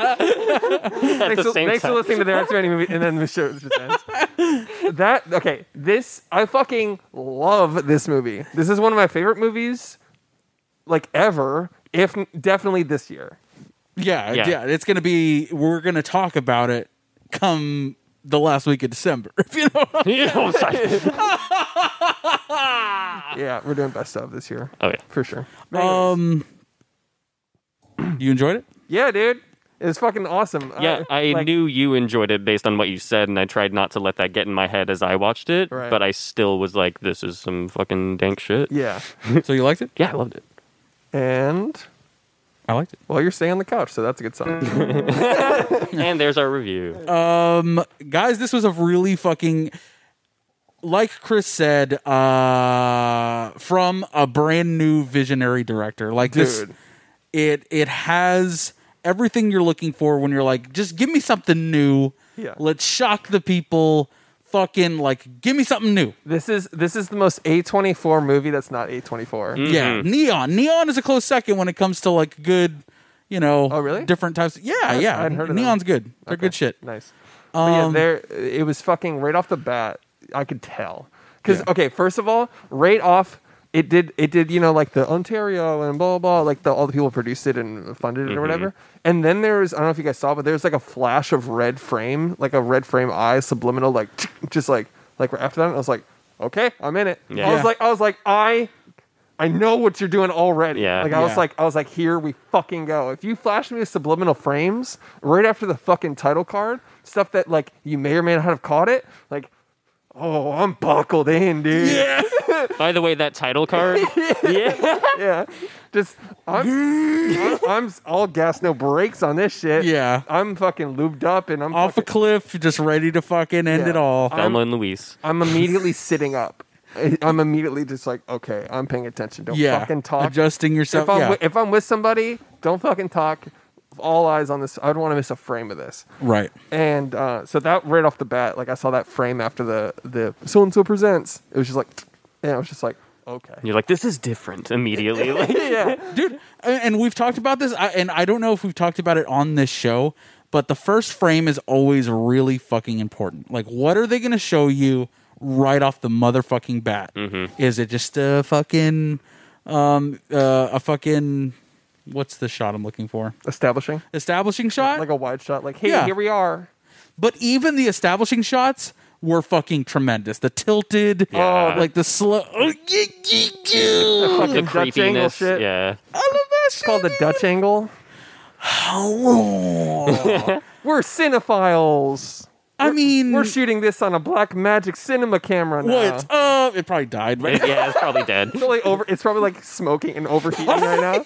[SPEAKER 2] At
[SPEAKER 1] thanks
[SPEAKER 2] the
[SPEAKER 1] for,
[SPEAKER 2] same
[SPEAKER 1] thanks for
[SPEAKER 2] time.
[SPEAKER 1] listening to the Arts Any Movie, and then the show just ends. that okay. This I fucking love this movie. This is one of my favorite movies, like ever. If definitely this year.
[SPEAKER 3] Yeah, yeah,
[SPEAKER 2] Yeah.
[SPEAKER 3] It's gonna be. We're gonna talk about it come the last week of December. If you know. what
[SPEAKER 2] You know what Oh, I'm saying? Ah.
[SPEAKER 1] Yeah, we're doing best of this year
[SPEAKER 2] oh yeah.
[SPEAKER 1] for sure.
[SPEAKER 3] I mean. um, you enjoyed it?
[SPEAKER 1] Yeah, dude, it's fucking awesome.
[SPEAKER 2] Yeah, I
[SPEAKER 1] Uh, like,
[SPEAKER 2] knew you enjoyed it based on what you said, and I tried not to let that get in my head as I watched it.
[SPEAKER 1] Right.
[SPEAKER 2] But I still was like, "This is some fucking dank shit."
[SPEAKER 1] Yeah,
[SPEAKER 3] so you liked it?
[SPEAKER 2] Yeah, I loved it.
[SPEAKER 1] and
[SPEAKER 3] I liked it.
[SPEAKER 1] well, you're staying on the couch, so that's a good
[SPEAKER 2] Mm.
[SPEAKER 1] sign.
[SPEAKER 2] and there's our review.
[SPEAKER 3] Um, guys, this was a really fucking like Chris said, uh, from a brand new visionary director. Like this,
[SPEAKER 1] Dude.
[SPEAKER 3] it it has everything you're looking for when you're like, just give me something new.
[SPEAKER 1] Yeah.
[SPEAKER 3] Let's shock the people. Fucking like, give me something new.
[SPEAKER 1] This is this is the most A24 movie that's not A24.
[SPEAKER 2] Mm.
[SPEAKER 3] Yeah, Neon. Neon is a close second when it comes to like good, you know.
[SPEAKER 1] Oh, really?
[SPEAKER 3] Different types. Yeah, yeah.
[SPEAKER 1] I hadn't heard of them.
[SPEAKER 3] Neon's good. They're
[SPEAKER 1] Okay,
[SPEAKER 3] good shit.
[SPEAKER 1] Nice. But yeah,
[SPEAKER 3] Um,
[SPEAKER 1] there it was fucking right off the bat. I could tell because okay, first of all, right off it did it did you know like the Ontario and blah blah, blah like the all the people produced it and funded
[SPEAKER 3] Mm-hmm.
[SPEAKER 1] it or whatever. And then there was I don't know if you guys saw, but there was like a flash of red frame, like a red frame eye subliminal, like just like like right after that. And I was like, okay, I'm in it. I
[SPEAKER 2] Yeah.
[SPEAKER 1] was like, I was like, I. I know what you're doing already.
[SPEAKER 2] Yeah.
[SPEAKER 1] Like I was
[SPEAKER 3] Yeah.
[SPEAKER 1] like I was like, here we fucking go. If you flash me with subliminal frames right after the fucking title card, stuff that like you may or may not have caught it, like, oh, I'm buckled in, dude. Yeah.
[SPEAKER 2] By the way, that title card. yeah.
[SPEAKER 1] yeah. Just I'm I'm, I'm all gas, no brakes on this shit.
[SPEAKER 3] Yeah.
[SPEAKER 1] I'm fucking lubed up and I'm
[SPEAKER 3] Off a
[SPEAKER 1] fucking,
[SPEAKER 3] cliff, just ready to fucking end
[SPEAKER 1] Yeah.
[SPEAKER 3] it all.
[SPEAKER 2] Thelma and Louise.
[SPEAKER 1] I'm immediately sitting up. I'm immediately just like, okay, I'm paying attention. Don't
[SPEAKER 3] yeah.
[SPEAKER 1] fucking talk.
[SPEAKER 3] Adjusting yourself.
[SPEAKER 1] if I'm
[SPEAKER 3] yeah.
[SPEAKER 1] wi- if I'm with somebody, don't fucking talk. All eyes on this. I don't want to miss a frame of this.
[SPEAKER 3] right.
[SPEAKER 1] And uh, so that right off the bat, like I saw that frame after the the so and so presents. It was just like, and I was just like, okay,
[SPEAKER 2] You're like, this is different immediately. Like,
[SPEAKER 1] yeah,
[SPEAKER 3] dude and and we've talked about this I- and i don't know if we've talked about it on this show but the first frame is always really fucking important like what are they going to show you right off the motherfucking bat
[SPEAKER 1] Mm-hmm.
[SPEAKER 3] is it just a fucking um uh, a fucking what's the shot i'm looking for
[SPEAKER 1] establishing
[SPEAKER 3] establishing shot
[SPEAKER 1] like a wide shot. Like, hey,
[SPEAKER 3] Yeah.
[SPEAKER 1] here we are.
[SPEAKER 3] but even the establishing shots were fucking tremendous the tilted
[SPEAKER 2] Yeah.
[SPEAKER 3] like the slow oh, yeah, yeah, yeah.
[SPEAKER 1] Fucking
[SPEAKER 2] the
[SPEAKER 1] Dutch angle
[SPEAKER 2] creepiness.
[SPEAKER 1] shit.
[SPEAKER 2] Yeah.
[SPEAKER 3] i love that shit
[SPEAKER 1] It's called the Dutch angle. We're cinephiles.
[SPEAKER 3] i mean
[SPEAKER 1] We're shooting this on a black magic cinema camera now.
[SPEAKER 3] What's up? Um, It probably died, right?
[SPEAKER 2] Yeah, it's probably dead.
[SPEAKER 1] It's probably over. It's probably like smoking and overheating right now.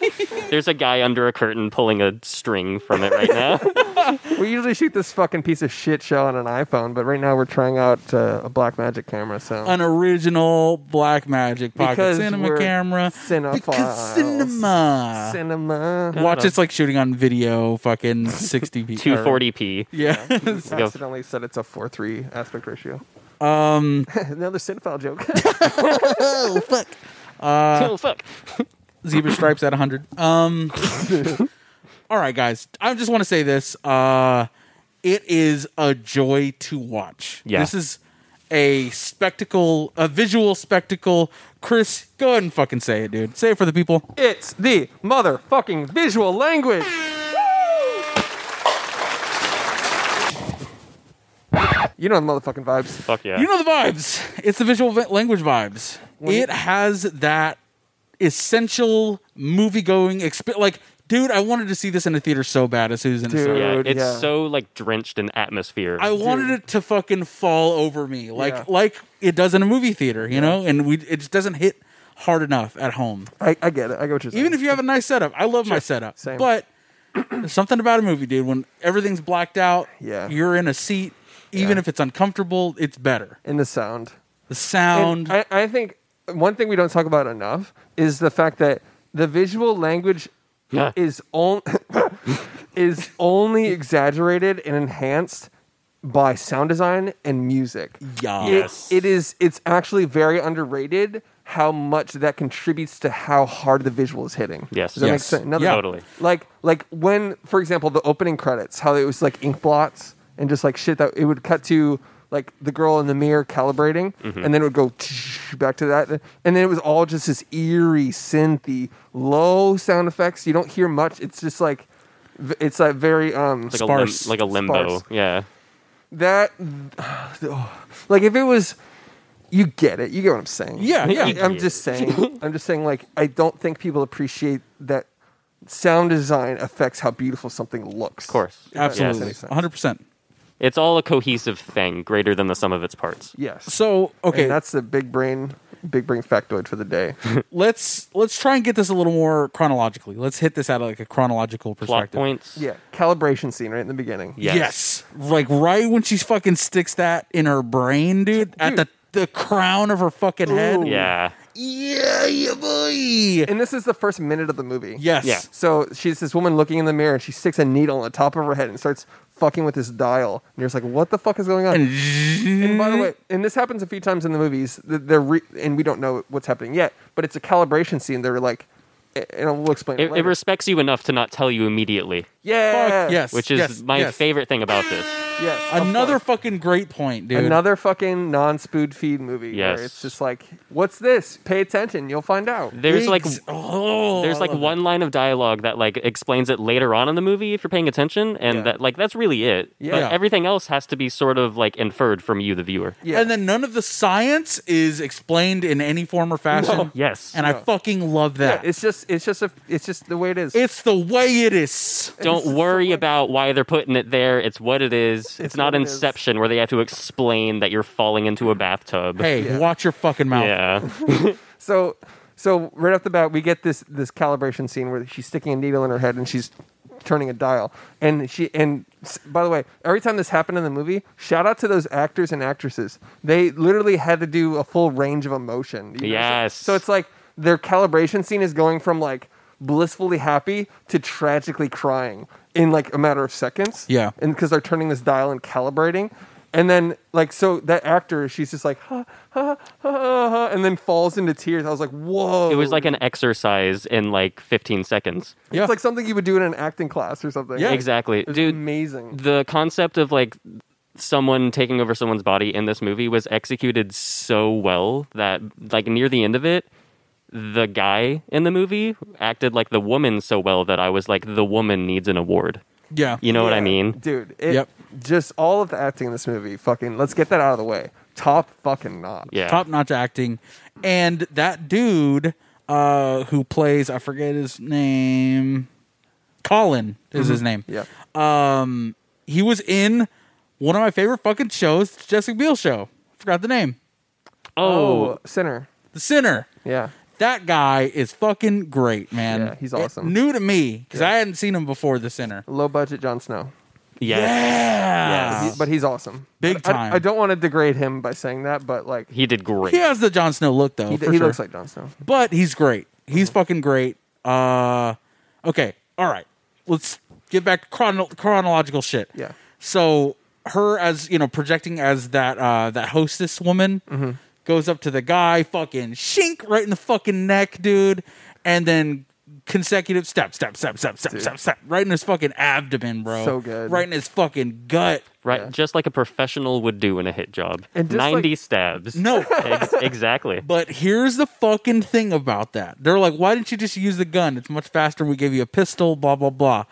[SPEAKER 2] There's a guy under a curtain pulling a string from it right now.
[SPEAKER 1] We usually shoot this fucking piece of shit show on an iPhone, but right now we're trying out uh, a black magic camera. So
[SPEAKER 3] An original Black Magic pocket
[SPEAKER 1] Because
[SPEAKER 3] cinema
[SPEAKER 1] we're
[SPEAKER 3] camera.
[SPEAKER 1] cinephiles.
[SPEAKER 3] Because cinema.
[SPEAKER 1] cinema.
[SPEAKER 3] Watch, it's like shooting on video, fucking 60p. or-
[SPEAKER 2] 240p.
[SPEAKER 3] Yeah.
[SPEAKER 1] I accidentally said it's a four three aspect ratio.
[SPEAKER 3] um,
[SPEAKER 1] Another cinephile joke.
[SPEAKER 3] oh, fuck.
[SPEAKER 2] oh fuck.
[SPEAKER 3] Zebra stripes at 100. Um, all right, guys. I just want to say this. Uh, it is a joy to watch.
[SPEAKER 2] Yeah.
[SPEAKER 3] This is a spectacle, a visual spectacle. Chris, go ahead and fucking say it, dude. Say it for the people.
[SPEAKER 1] it's the motherfucking visual language. you know the motherfucking vibes.
[SPEAKER 2] Fuck yeah.
[SPEAKER 3] You know the vibes. It's the visual vi- language vibes. it has that essential movie going experience. Like, dude, I wanted to see this in a theater so bad as soon as it
[SPEAKER 1] Dude.
[SPEAKER 3] started.
[SPEAKER 2] yeah,
[SPEAKER 1] Dude,
[SPEAKER 2] it's
[SPEAKER 1] yeah.
[SPEAKER 2] so like drenched in atmosphere.
[SPEAKER 3] I wanted it to fucking fall over me, like
[SPEAKER 1] Yeah.
[SPEAKER 3] like it does in a movie theater, you know. And we it just doesn't hit hard enough at home.
[SPEAKER 1] I, I get it. I get what you're saying.
[SPEAKER 3] Even if you have a nice setup, I love my setup,
[SPEAKER 1] Same.
[SPEAKER 3] but there's something about a movie, dude. When everything's blacked out,
[SPEAKER 1] Yeah.
[SPEAKER 3] you're in a seat. Even
[SPEAKER 1] Yeah.
[SPEAKER 3] if it's uncomfortable, it's better.
[SPEAKER 1] in the sound.
[SPEAKER 3] The
[SPEAKER 1] And
[SPEAKER 3] sound,
[SPEAKER 1] I, I think one thing we don't talk about enough is the fact that the visual language
[SPEAKER 2] Yeah.
[SPEAKER 1] is on, is only exaggerated and enhanced by sound design and music.
[SPEAKER 3] yeah.
[SPEAKER 1] It- it is it's actually very underrated how much that contributes to how hard the visual is hitting.
[SPEAKER 2] Yes.
[SPEAKER 1] Does that make
[SPEAKER 3] Yes.
[SPEAKER 1] sense? Another-
[SPEAKER 3] Yeah.
[SPEAKER 2] Totally.
[SPEAKER 1] Like like when, for example, the opening credits, how it was like ink blots and just like shit that it would cut to like the girl in the mirror calibrating
[SPEAKER 2] Mm-hmm.
[SPEAKER 1] and then it would go back to that and then it was all just this eerie synthy low sound effects you don't hear much it's just like v- it's like very um
[SPEAKER 2] It's like a lim-
[SPEAKER 3] Sparse.
[SPEAKER 2] like a limbo.
[SPEAKER 1] Sparse.
[SPEAKER 2] Yeah.
[SPEAKER 1] that like if it was you get it you get what i'm saying
[SPEAKER 3] Yeah, yeah. You
[SPEAKER 1] i'm
[SPEAKER 2] get
[SPEAKER 1] just saying i'm just saying like i don't think people appreciate that sound design affects how beautiful something looks
[SPEAKER 2] Of course.
[SPEAKER 3] Absolutely.
[SPEAKER 1] Yes.
[SPEAKER 3] a 100%.
[SPEAKER 2] It's all a cohesive thing, greater than the sum of its parts.
[SPEAKER 1] yes
[SPEAKER 3] So, okay,
[SPEAKER 1] and that's the big brain big brain factoid for the day
[SPEAKER 3] let's let's try and get this a little more chronologically. Let's hit this out of like a chronological
[SPEAKER 2] Plot
[SPEAKER 3] perspective.
[SPEAKER 2] points.
[SPEAKER 1] yeah calibration scene right in the beginning
[SPEAKER 2] Yes.
[SPEAKER 3] Yes. Like right when she fucking sticks that in her brain, dude, at the the crown of her fucking head.
[SPEAKER 2] Yeah.
[SPEAKER 3] Yeah, yeah, boy.
[SPEAKER 1] And this is the first minute of the movie.
[SPEAKER 3] Yes.
[SPEAKER 2] Yeah.
[SPEAKER 1] So she's this woman looking in the mirror and she sticks a needle on the top of her head and starts fucking with this dial. And you're just like, what the fuck is going on? And by the
[SPEAKER 3] Mm-hmm.
[SPEAKER 1] way, and this happens a few times in the movies. th- They're re- and we don't know what's happening yet, but it's a calibration scene. They're like, and I'll we'll explain it.
[SPEAKER 2] It, it
[SPEAKER 1] later.
[SPEAKER 2] respects you enough to not tell you immediately,
[SPEAKER 1] yeah.
[SPEAKER 3] Fuck yes.
[SPEAKER 2] which is
[SPEAKER 3] yes,
[SPEAKER 2] my
[SPEAKER 3] yes.
[SPEAKER 2] favorite thing about this.
[SPEAKER 1] Yes. of
[SPEAKER 3] Another
[SPEAKER 1] course.
[SPEAKER 3] fucking great point, dude.
[SPEAKER 1] another fucking non spood feed movie.
[SPEAKER 2] Yes.
[SPEAKER 1] Where it's just like, what's this? Pay attention. You'll find out.
[SPEAKER 2] There's like
[SPEAKER 3] Ex- oh,
[SPEAKER 2] there's
[SPEAKER 3] I
[SPEAKER 2] like
[SPEAKER 3] love
[SPEAKER 2] one line of dialogue that like explains it later on in the movie if you're paying attention, and
[SPEAKER 1] Yeah.
[SPEAKER 2] that like that's really it.
[SPEAKER 1] Yeah.
[SPEAKER 2] But everything else has to be sort of like inferred from you, the viewer.
[SPEAKER 3] it.
[SPEAKER 1] Yeah.
[SPEAKER 3] And then none of the science is explained in any form or fashion.
[SPEAKER 2] Yes.
[SPEAKER 3] And I fucking love that.
[SPEAKER 1] it's just, it's just a, it's just the way it is.
[SPEAKER 3] It's the way it is.
[SPEAKER 2] don't worry about why they're putting it there. It's what it is. It's, not
[SPEAKER 1] what it is.
[SPEAKER 2] Inception where they have to explain that you're falling into a bathtub.
[SPEAKER 3] Hey, watch your fucking mouth.
[SPEAKER 2] Yeah.
[SPEAKER 1] So, so right off the bat, we get this this calibration scene where she's sticking a needle in her head and she's turning a dial. And she and s- by the way, every time this happened in the movie, shout out to those actors and actresses. They literally had to do a full range of emotion. You know?
[SPEAKER 2] Yes.
[SPEAKER 1] So it's like their calibration scene is going from like blissfully happy to tragically crying in like a matter of seconds.
[SPEAKER 3] Yeah.
[SPEAKER 1] And because they're turning this dial and calibrating. And then, like, so that actor, she's just like, "Huh, huh, huh, huh, huh," Uh-huh, and then falls into tears. I was like, whoa.
[SPEAKER 2] It was like an exercise in like 15 seconds.
[SPEAKER 3] Yeah.
[SPEAKER 1] It's like something you would do in an acting class or something.
[SPEAKER 3] Yeah.
[SPEAKER 2] Exactly.
[SPEAKER 1] It was
[SPEAKER 2] Dude,
[SPEAKER 1] amazing.
[SPEAKER 2] the concept of like someone taking over someone's body in this movie was executed so well that like near the end of it the guy in the movie acted like the woman so well that I was like the woman needs an award.
[SPEAKER 3] Yeah.
[SPEAKER 2] You know what I
[SPEAKER 1] Yeah.
[SPEAKER 2] mean?
[SPEAKER 1] Dude, it,
[SPEAKER 3] Yep.
[SPEAKER 1] just all of the acting in this movie, fucking, let's get that out of the way. Top fucking notch.
[SPEAKER 2] Yeah.
[SPEAKER 3] Top notch acting. And that dude uh, who plays, I forget his name, Colin is his name.
[SPEAKER 1] Mm-hmm. Yeah.
[SPEAKER 3] Um, he was in one of my favorite fucking shows, the Jessica Biel show. Forgot the name.
[SPEAKER 2] Oh,
[SPEAKER 1] Sinner.
[SPEAKER 3] The Sinner.
[SPEAKER 1] Yeah.
[SPEAKER 3] That guy is fucking great, man.
[SPEAKER 1] Yeah, he's awesome.
[SPEAKER 3] new to me because I hadn't seen him before. The Sinner.
[SPEAKER 1] Low budget Jon Snow.
[SPEAKER 2] yes.
[SPEAKER 3] Yeah.
[SPEAKER 1] He- but he's awesome.
[SPEAKER 3] Big
[SPEAKER 1] But I-
[SPEAKER 3] time.
[SPEAKER 1] I, don't want to degrade him by saying that, but like he,
[SPEAKER 2] He did great.
[SPEAKER 3] He has the Jon Snow look though. Oh, for
[SPEAKER 1] he
[SPEAKER 3] sure.
[SPEAKER 1] looks like Jon Snow.
[SPEAKER 3] but he's great. He's
[SPEAKER 1] Mm-hmm.
[SPEAKER 3] fucking great. Uh, okay, all right. Let's get back to chrono- chronological shit.
[SPEAKER 1] Yeah.
[SPEAKER 3] So her as you know projecting as that uh, that hostess woman
[SPEAKER 1] Mm-hmm.
[SPEAKER 3] goes up to the guy, fucking shink right in the fucking neck, dude, and then consecutive step, step, step, step, step, step, step, right in his fucking abdomen, bro.
[SPEAKER 1] So good.
[SPEAKER 3] Right in his fucking gut.
[SPEAKER 2] Right, just like a professional would do in a hit job.
[SPEAKER 1] And just
[SPEAKER 2] 90
[SPEAKER 1] like-
[SPEAKER 2] stabs.
[SPEAKER 3] No,
[SPEAKER 2] Ex- exactly.
[SPEAKER 3] But here's the fucking thing about that. They're like, why didn't you just use the gun? It's much faster. We gave you a pistol, blah, blah, blah.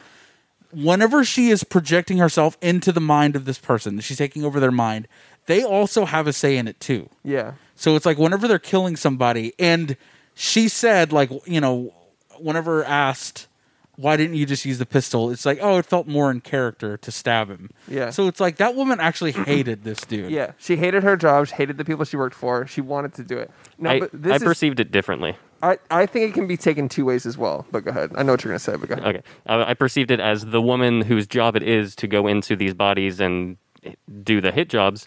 [SPEAKER 3] Whenever she is projecting herself into the mind of this person, she's taking over their mind, they also have a say in it too.
[SPEAKER 1] Yeah.
[SPEAKER 3] So it's like whenever they're killing somebody, and she said, like, you know, whenever asked, why didn't you just use the pistol? It's like, oh, it felt more in character to stab him.
[SPEAKER 1] Yeah.
[SPEAKER 3] So it's like that woman actually hated this dude.
[SPEAKER 1] Yeah. She hated her job, she hated the people she worked for. She wanted to do it. No,
[SPEAKER 2] I,
[SPEAKER 1] but this
[SPEAKER 2] I
[SPEAKER 1] is,
[SPEAKER 2] perceived it differently.
[SPEAKER 1] I, I think it can be taken two ways as well. But go ahead. I know what you're gonna say, but go ahead.
[SPEAKER 2] Okay. I, I perceived it as the woman whose job it is to go into these bodies and do the hit jobs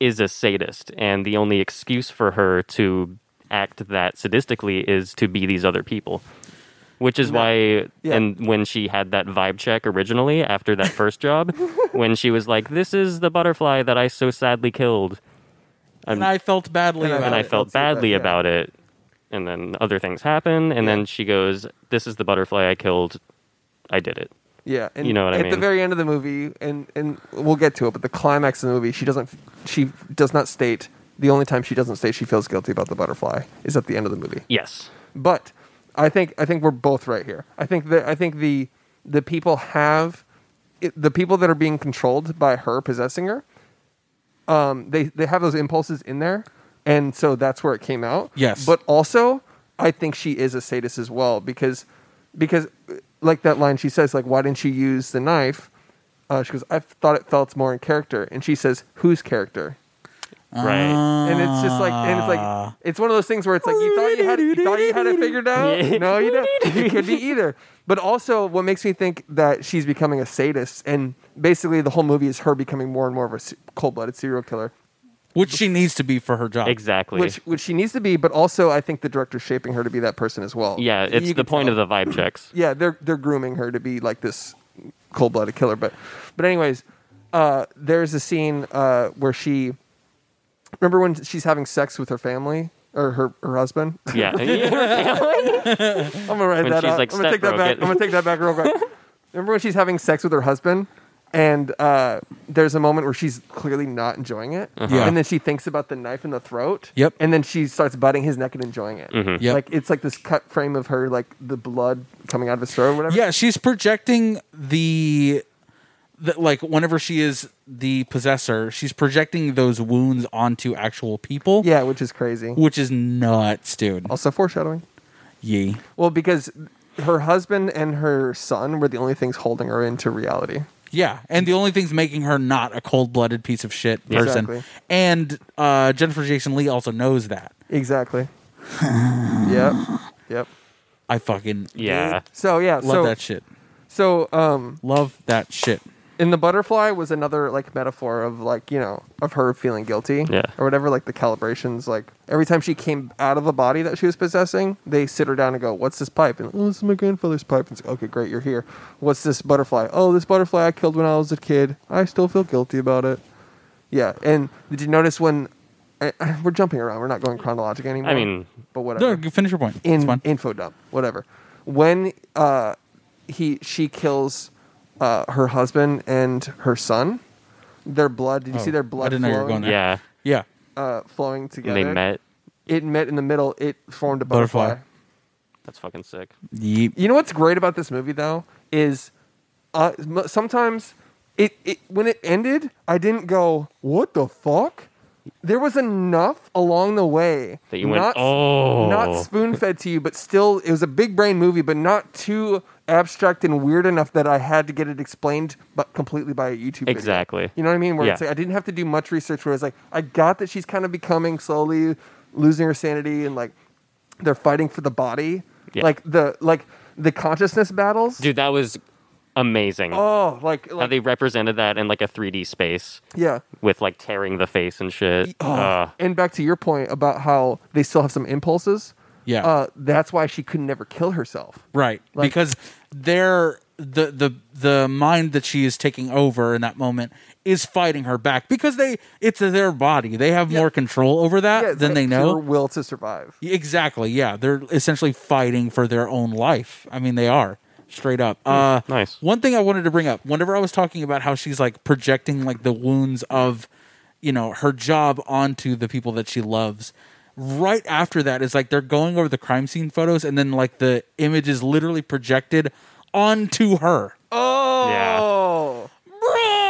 [SPEAKER 2] is a sadist. And the only excuse for her to act that sadistically is to be these other people. Which is why,
[SPEAKER 1] Yeah.
[SPEAKER 2] and when she had that vibe check originally after that first job, when she was like, This is the butterfly that I so sadly killed.
[SPEAKER 3] And I felt badly
[SPEAKER 1] And I-
[SPEAKER 3] about
[SPEAKER 2] and I
[SPEAKER 3] it.
[SPEAKER 2] felt
[SPEAKER 1] let's see Uh, that,
[SPEAKER 2] badly
[SPEAKER 1] yeah.
[SPEAKER 2] about it. And then other things happen, and then she goes, "This is the butterfly I killed. I did it."
[SPEAKER 1] Yeah, and
[SPEAKER 2] You know what I
[SPEAKER 1] at the
[SPEAKER 2] mean.
[SPEAKER 1] very end of the movie, and and we'll get to it, but the climax of the movie, she doesn't, she does not state. The only time she doesn't state she feels guilty about the butterfly is at the end of the movie.
[SPEAKER 2] Yes,
[SPEAKER 1] But I think I think we're both right here. I think that I think the the people have it, the people that are being controlled by her possessing her. Um, they they have those impulses in there, and so that's where it came out.
[SPEAKER 3] Yes.
[SPEAKER 1] but also I think she is a sadist as well because because like that line she says like why didn't you use the knife? Uh, she goes I thought it felt more in character, and she says whose character?
[SPEAKER 2] right.
[SPEAKER 1] and it's just like and it's like
[SPEAKER 2] Ah.
[SPEAKER 1] it's one of those things where it's like you thought you had you thought you had it figured out
[SPEAKER 2] Yeah.
[SPEAKER 1] no you don't it could be either but also what makes me think that she's becoming a sadist and basically the whole movie is her becoming more and more of a se- cold-blooded serial killer
[SPEAKER 3] which she needs to be for her job.
[SPEAKER 2] Exactly.
[SPEAKER 1] which which she needs to be, but also I think the director's shaping her to be that person as well.
[SPEAKER 2] yeah, it's
[SPEAKER 1] You
[SPEAKER 2] the
[SPEAKER 1] can
[SPEAKER 2] point
[SPEAKER 1] tell.
[SPEAKER 2] of the vibe checks.
[SPEAKER 1] yeah, they're they're grooming her to be like this cold blooded killer. But but anyways, uh, there's a scene uh, where she remember when she's having sex with her family or her, her husband.
[SPEAKER 2] Yeah. yeah.
[SPEAKER 1] I'm gonna write
[SPEAKER 2] When
[SPEAKER 1] that
[SPEAKER 2] she's
[SPEAKER 1] out.
[SPEAKER 2] like,
[SPEAKER 1] I'm gonna take that
[SPEAKER 2] "Stepbro,
[SPEAKER 1] back.
[SPEAKER 2] get-"
[SPEAKER 1] I'm gonna take that back real quick. remember when she's having sex with her husband? And uh, there's a moment where she's clearly not enjoying it,
[SPEAKER 2] Uh-huh.
[SPEAKER 3] Yeah.
[SPEAKER 1] and then she thinks about the knife in the throat.
[SPEAKER 3] Yep.
[SPEAKER 1] And then she starts biting his neck and enjoying it.
[SPEAKER 2] Mm-hmm.
[SPEAKER 3] Yep.
[SPEAKER 1] Like it's like this cut frame of her, like the blood coming out of his throat, or whatever.
[SPEAKER 3] Yeah, she's projecting the, the like whenever she is the possessor, she's projecting those wounds onto actual people.
[SPEAKER 1] Yeah, which is crazy.
[SPEAKER 3] Which is nuts, dude.
[SPEAKER 1] Also foreshadowing.
[SPEAKER 3] Yee.
[SPEAKER 1] Well, because her husband and her son were the only things holding her into reality.
[SPEAKER 3] Yeah, and the only thing's making her not a cold-blooded piece of shit person.
[SPEAKER 1] Exactly.
[SPEAKER 3] And uh, Jennifer Jason Lee also knows that.
[SPEAKER 1] Exactly. yep. Yep.
[SPEAKER 3] I fucking
[SPEAKER 2] yeah.
[SPEAKER 1] So yeah.
[SPEAKER 3] love
[SPEAKER 1] so
[SPEAKER 3] that shit.
[SPEAKER 1] so um,
[SPEAKER 3] Love that shit.
[SPEAKER 1] in the butterfly was another like metaphor of like you know of her feeling guilty
[SPEAKER 2] Yeah.
[SPEAKER 1] or whatever. Like the calibrations. Like every time she came out of a body that she was possessing, they sit her down and go, "What's this pipe?" And oh, this is my grandfather's pipe. And it's okay, great, you're here. What's this butterfly? Oh, this butterfly I killed when I was a kid. I still feel guilty about it. Yeah, and did you notice when I, I- we're jumping around? We're not going chronological anymore.
[SPEAKER 2] I mean-
[SPEAKER 1] but
[SPEAKER 3] No,
[SPEAKER 1] whatever.
[SPEAKER 3] finish your point. it's
[SPEAKER 1] In
[SPEAKER 3] fun.
[SPEAKER 1] info dump, whatever. When uh, he she kills uh, her husband and her son, their blood. Did you
[SPEAKER 3] Oh,
[SPEAKER 1] see their
[SPEAKER 3] I
[SPEAKER 1] blood
[SPEAKER 3] didn't know you were
[SPEAKER 1] flowing,
[SPEAKER 3] going
[SPEAKER 2] Yeah.
[SPEAKER 3] yeah,
[SPEAKER 1] uh, flowing
[SPEAKER 2] And
[SPEAKER 1] together?
[SPEAKER 2] they met.
[SPEAKER 1] It met in the middle. It formed a
[SPEAKER 3] Butterfly.
[SPEAKER 1] butterfly.
[SPEAKER 2] That's fucking sick.
[SPEAKER 3] Yeep.
[SPEAKER 1] You know what's great about this movie though is uh, m- sometimes it, it when it ended, I didn't go what the fuck. There was enough along the way
[SPEAKER 2] That you went,
[SPEAKER 1] not,
[SPEAKER 2] "Oh."
[SPEAKER 1] not spoon fed to you, but still it was a big brain movie, but not too abstract and weird enough that I had to get it explained, but completely by a YouTube. video.
[SPEAKER 2] Exactly.
[SPEAKER 1] You know what I mean? Where it's
[SPEAKER 2] Yeah.
[SPEAKER 1] like, I didn't have to do much research. Where it's like, I got that she's kind of becoming slowly losing her sanity, and like they're fighting for the body,
[SPEAKER 2] Yeah.
[SPEAKER 1] like the like the consciousness battles.
[SPEAKER 2] Dude, that was amazing.
[SPEAKER 1] Oh, like,
[SPEAKER 2] How
[SPEAKER 1] like
[SPEAKER 2] they represented that in like a 3D space
[SPEAKER 1] yeah.
[SPEAKER 2] with like tearing the face and shit.
[SPEAKER 1] Oh,
[SPEAKER 2] Uh,
[SPEAKER 1] and back to your point about how they still have some impulses.
[SPEAKER 3] Yeah.
[SPEAKER 1] uh, that's why she could never kill herself.
[SPEAKER 3] right.
[SPEAKER 1] Like-
[SPEAKER 3] because they're the the the mind that she is taking over in that moment is fighting her back because they it's their body. They have more control over that
[SPEAKER 1] Yeah, it's
[SPEAKER 3] than
[SPEAKER 1] like
[SPEAKER 3] they know.
[SPEAKER 1] pure will to survive.
[SPEAKER 3] Exactly. Yeah, they're essentially fighting for their own life. I mean, they are straight up. Uh,
[SPEAKER 2] nice.
[SPEAKER 3] One thing I wanted to bring up. Whenever I was talking about how she's like projecting like the wounds of, you know, her job onto the people that she loves. Right after that is like they're going over the crime scene photos, and then like the image is literally projected onto her.
[SPEAKER 1] Oh,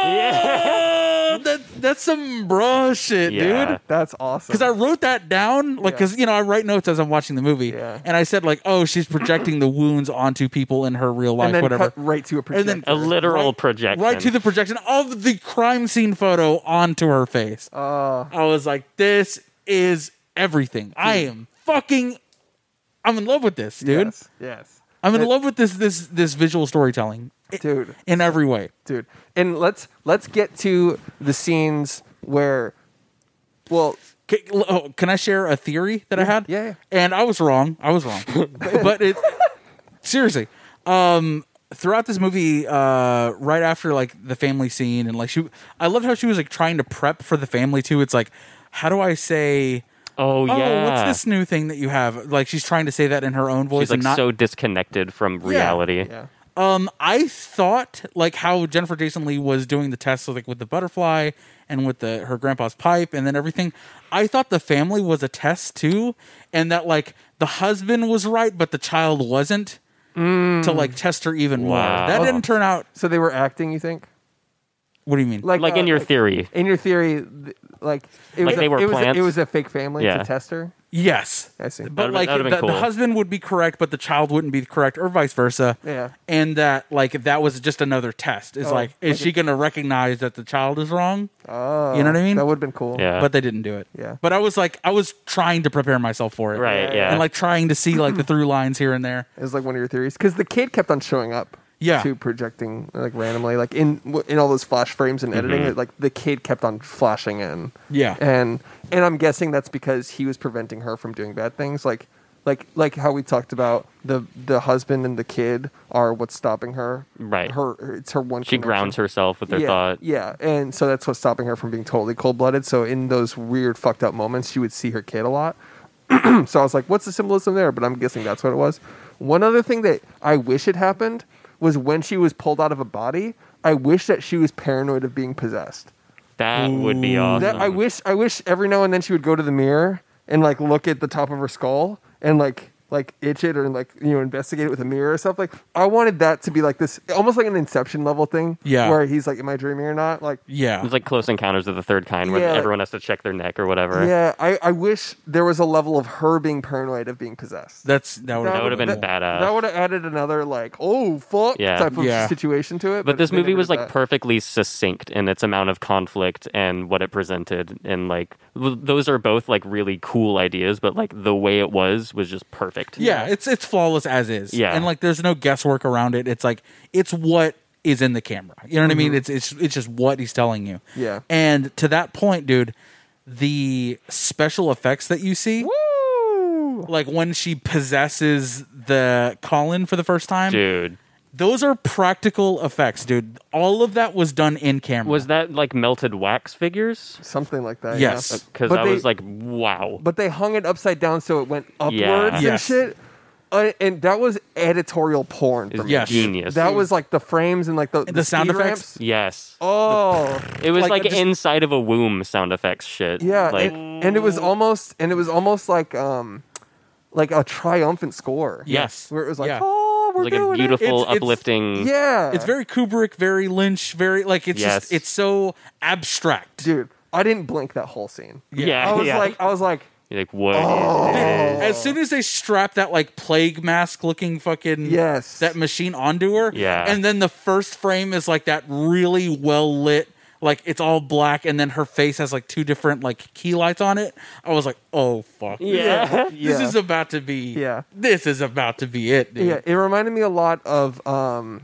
[SPEAKER 3] Bruh! That, that's some bruh shit,
[SPEAKER 2] Yeah.
[SPEAKER 3] dude.
[SPEAKER 1] that's awesome.
[SPEAKER 3] because I wrote that down, like,
[SPEAKER 1] Yeah.
[SPEAKER 3] because you know I write notes as I'm watching the movie,
[SPEAKER 1] Yeah.
[SPEAKER 3] and I said like, oh, she's projecting the wounds onto people in her real life,
[SPEAKER 1] and then
[SPEAKER 3] whatever.
[SPEAKER 1] cut right to a
[SPEAKER 3] And
[SPEAKER 1] projector.
[SPEAKER 3] then-
[SPEAKER 2] A literal
[SPEAKER 3] Right-
[SPEAKER 2] projection.
[SPEAKER 3] Right to the projection of the crime scene photo onto her face.
[SPEAKER 1] Uh.
[SPEAKER 3] I was like, this is everything. I am fucking. I'm in love with this, dude.
[SPEAKER 1] Yes, yes.
[SPEAKER 3] I'm in
[SPEAKER 1] It-
[SPEAKER 3] love with this this this visual storytelling, i-
[SPEAKER 1] Dude.
[SPEAKER 3] in every way.
[SPEAKER 1] dude. And let's let's get to the scenes where, well,
[SPEAKER 3] Can, oh, can I share a theory that I had?
[SPEAKER 1] yeah, yeah.
[SPEAKER 3] And I was wrong. I was wrong. but, but it seriously, um, throughout this movie, uh, right after like the family scene, and like she, I loved how she was like trying to prep for the family too. It's like, how do I say?
[SPEAKER 2] Oh,
[SPEAKER 3] Oh,
[SPEAKER 2] yeah.
[SPEAKER 3] what's this new thing that you have? Like she's trying to say that in her own voice
[SPEAKER 2] She's like
[SPEAKER 3] and not
[SPEAKER 2] so disconnected from reality.
[SPEAKER 1] yeah,
[SPEAKER 3] um, I thought like how Jennifer Jason Lee was doing the tests like with the butterfly and with the her grandpa's pipe and then everything. I thought the family was a test too, and that like the husband was right but the child wasn't to
[SPEAKER 1] Mm.
[SPEAKER 3] like test her even more.
[SPEAKER 2] Wow.
[SPEAKER 3] That didn't turn out.
[SPEAKER 1] so they were acting. You think,
[SPEAKER 3] What do you mean?
[SPEAKER 2] Like in
[SPEAKER 1] uh,
[SPEAKER 2] your theory.
[SPEAKER 1] in your theory, th- like it was
[SPEAKER 2] Like
[SPEAKER 1] a,
[SPEAKER 2] they were
[SPEAKER 1] it was, a, it
[SPEAKER 2] plants?
[SPEAKER 1] was a fake family
[SPEAKER 2] Yeah.
[SPEAKER 1] to test her.
[SPEAKER 3] yes,
[SPEAKER 1] I see.
[SPEAKER 3] but
[SPEAKER 2] That'd've-
[SPEAKER 3] like
[SPEAKER 2] that'd've
[SPEAKER 3] the,
[SPEAKER 2] been
[SPEAKER 3] the
[SPEAKER 2] cool.
[SPEAKER 3] husband would be correct but the child wouldn't be correct or vice versa.
[SPEAKER 1] Yeah.
[SPEAKER 3] and that like that was just another test. Is
[SPEAKER 1] Oh,
[SPEAKER 3] like is
[SPEAKER 1] like
[SPEAKER 3] she going to recognize that the child is wrong?
[SPEAKER 1] Oh,
[SPEAKER 3] You know what I mean?
[SPEAKER 1] That would have been cool.
[SPEAKER 2] Yeah.
[SPEAKER 3] but they didn't do it.
[SPEAKER 1] Yeah.
[SPEAKER 3] But I was like, I was trying to prepare myself for it.
[SPEAKER 2] Right,
[SPEAKER 1] Yeah,
[SPEAKER 2] yeah.
[SPEAKER 1] yeah.
[SPEAKER 3] And like trying to see like the through lines here and there.
[SPEAKER 1] it was like one of your theories because the kid kept on showing up.
[SPEAKER 3] Yeah.
[SPEAKER 1] to projecting like randomly, like in in all those flash frames and editing. It, like the kid kept on flashing in.
[SPEAKER 3] Mm-hmm. Yeah.
[SPEAKER 1] and and I'm guessing that's because he was preventing her from doing bad things, like like like how we talked about the the husband and the kid are what's stopping her.
[SPEAKER 2] Right.
[SPEAKER 1] her it's her one.
[SPEAKER 2] She
[SPEAKER 1] connection.
[SPEAKER 2] grounds herself with her
[SPEAKER 1] yeah,
[SPEAKER 2] thought.
[SPEAKER 1] Yeah, and so that's what's stopping her from being totally cold blooded. So in those weird fucked up moments, she would see her kid a lot. so I was like, what's the symbolism there? But I'm guessing that's what it was. One other thing that I wish had happened was when she was pulled out of a body. I wish that she was paranoid of being possessed.
[SPEAKER 2] That would be awesome.
[SPEAKER 1] That I wish. I wish every now and then she would go to the mirror and like look at the top of her skull and like like itch it or like you know investigate it with a mirror or something. I wanted that to be like this, almost like an Inception level thing.
[SPEAKER 3] Yeah.
[SPEAKER 1] where he's like, "Am I dreaming or not?" Like,
[SPEAKER 3] Yeah.
[SPEAKER 2] It's like Close Encounters of the Third Kind, where
[SPEAKER 1] Yeah.
[SPEAKER 2] everyone has to check their neck or whatever.
[SPEAKER 1] yeah. I I wish there was a level of her being paranoid of being possessed.
[SPEAKER 3] That's that would
[SPEAKER 2] That would have been
[SPEAKER 1] that-
[SPEAKER 2] badass.
[SPEAKER 1] That would have added another like, oh fuck,
[SPEAKER 2] Yeah.
[SPEAKER 1] type of
[SPEAKER 3] Yeah.
[SPEAKER 1] situation to it.
[SPEAKER 2] but this
[SPEAKER 1] they
[SPEAKER 2] movie
[SPEAKER 1] never
[SPEAKER 2] was
[SPEAKER 1] did
[SPEAKER 2] like
[SPEAKER 1] that.
[SPEAKER 2] perfectly succinct in its amount of conflict and what it presented and like th- those are both like really cool ideas but like the way it was was just perfect
[SPEAKER 3] Yeah, it's it's flawless as is.
[SPEAKER 2] Yeah.
[SPEAKER 3] And like there's no guesswork around it. It's like it's what is in the camera. You know what I mean? It's it's it's just what he's telling you.
[SPEAKER 1] Mm-hmm. Yeah.
[SPEAKER 3] And to that point, dude, the special effects that you see
[SPEAKER 1] Woo!
[SPEAKER 3] like when she possesses the Colin for the first time,
[SPEAKER 2] dude
[SPEAKER 3] those are practical effects, dude. All of that was done in camera.
[SPEAKER 2] was that like melted wax figures
[SPEAKER 1] Something like that.
[SPEAKER 3] Yes.
[SPEAKER 1] yeah.
[SPEAKER 2] because
[SPEAKER 1] But
[SPEAKER 2] i
[SPEAKER 1] they-
[SPEAKER 2] was like wow
[SPEAKER 1] but they hung it upside down so it went upwards and
[SPEAKER 3] Yes.
[SPEAKER 1] shit. Uh, and that was editorial porn. For
[SPEAKER 2] It's
[SPEAKER 1] me.
[SPEAKER 3] Yes.
[SPEAKER 2] genius
[SPEAKER 1] That was like the frames and like the, the,
[SPEAKER 3] sound
[SPEAKER 1] speed
[SPEAKER 3] effects?
[SPEAKER 1] ramps.
[SPEAKER 2] yes
[SPEAKER 1] Oh,
[SPEAKER 2] it was
[SPEAKER 3] like,
[SPEAKER 2] like,
[SPEAKER 3] I just-
[SPEAKER 2] inside of a womb sound effects shit
[SPEAKER 1] yeah.
[SPEAKER 2] like
[SPEAKER 1] and, and it was almost and it was almost like um like a triumphant score.
[SPEAKER 3] Yes.
[SPEAKER 1] Where it was like,
[SPEAKER 3] Yeah.
[SPEAKER 1] oh, we're
[SPEAKER 2] like a
[SPEAKER 1] doing it."
[SPEAKER 2] beautiful
[SPEAKER 3] It's- it's-
[SPEAKER 2] uplifting
[SPEAKER 1] Yeah.
[SPEAKER 3] it's very Kubrick, very Lynch, very like it's
[SPEAKER 2] Yes.
[SPEAKER 3] just it's so abstract.
[SPEAKER 1] dude. I didn't blink that whole scene.
[SPEAKER 2] yeah,
[SPEAKER 1] I was
[SPEAKER 2] yeah.
[SPEAKER 1] like, I was like,
[SPEAKER 2] You're like what
[SPEAKER 1] Oh.
[SPEAKER 3] As soon as they strap that like plague mask looking fucking
[SPEAKER 1] Yes.
[SPEAKER 3] that machine onto her,
[SPEAKER 2] Yeah.
[SPEAKER 3] and then the first frame is like that really well lit, like it's all black, and then her face has like two different like key lights on it. I was like, oh fuck,
[SPEAKER 2] yeah
[SPEAKER 3] this
[SPEAKER 1] Yeah.
[SPEAKER 3] is about to be,
[SPEAKER 1] Yeah.
[SPEAKER 3] this is about to be it, dude.
[SPEAKER 1] yeah. It reminded me a lot of um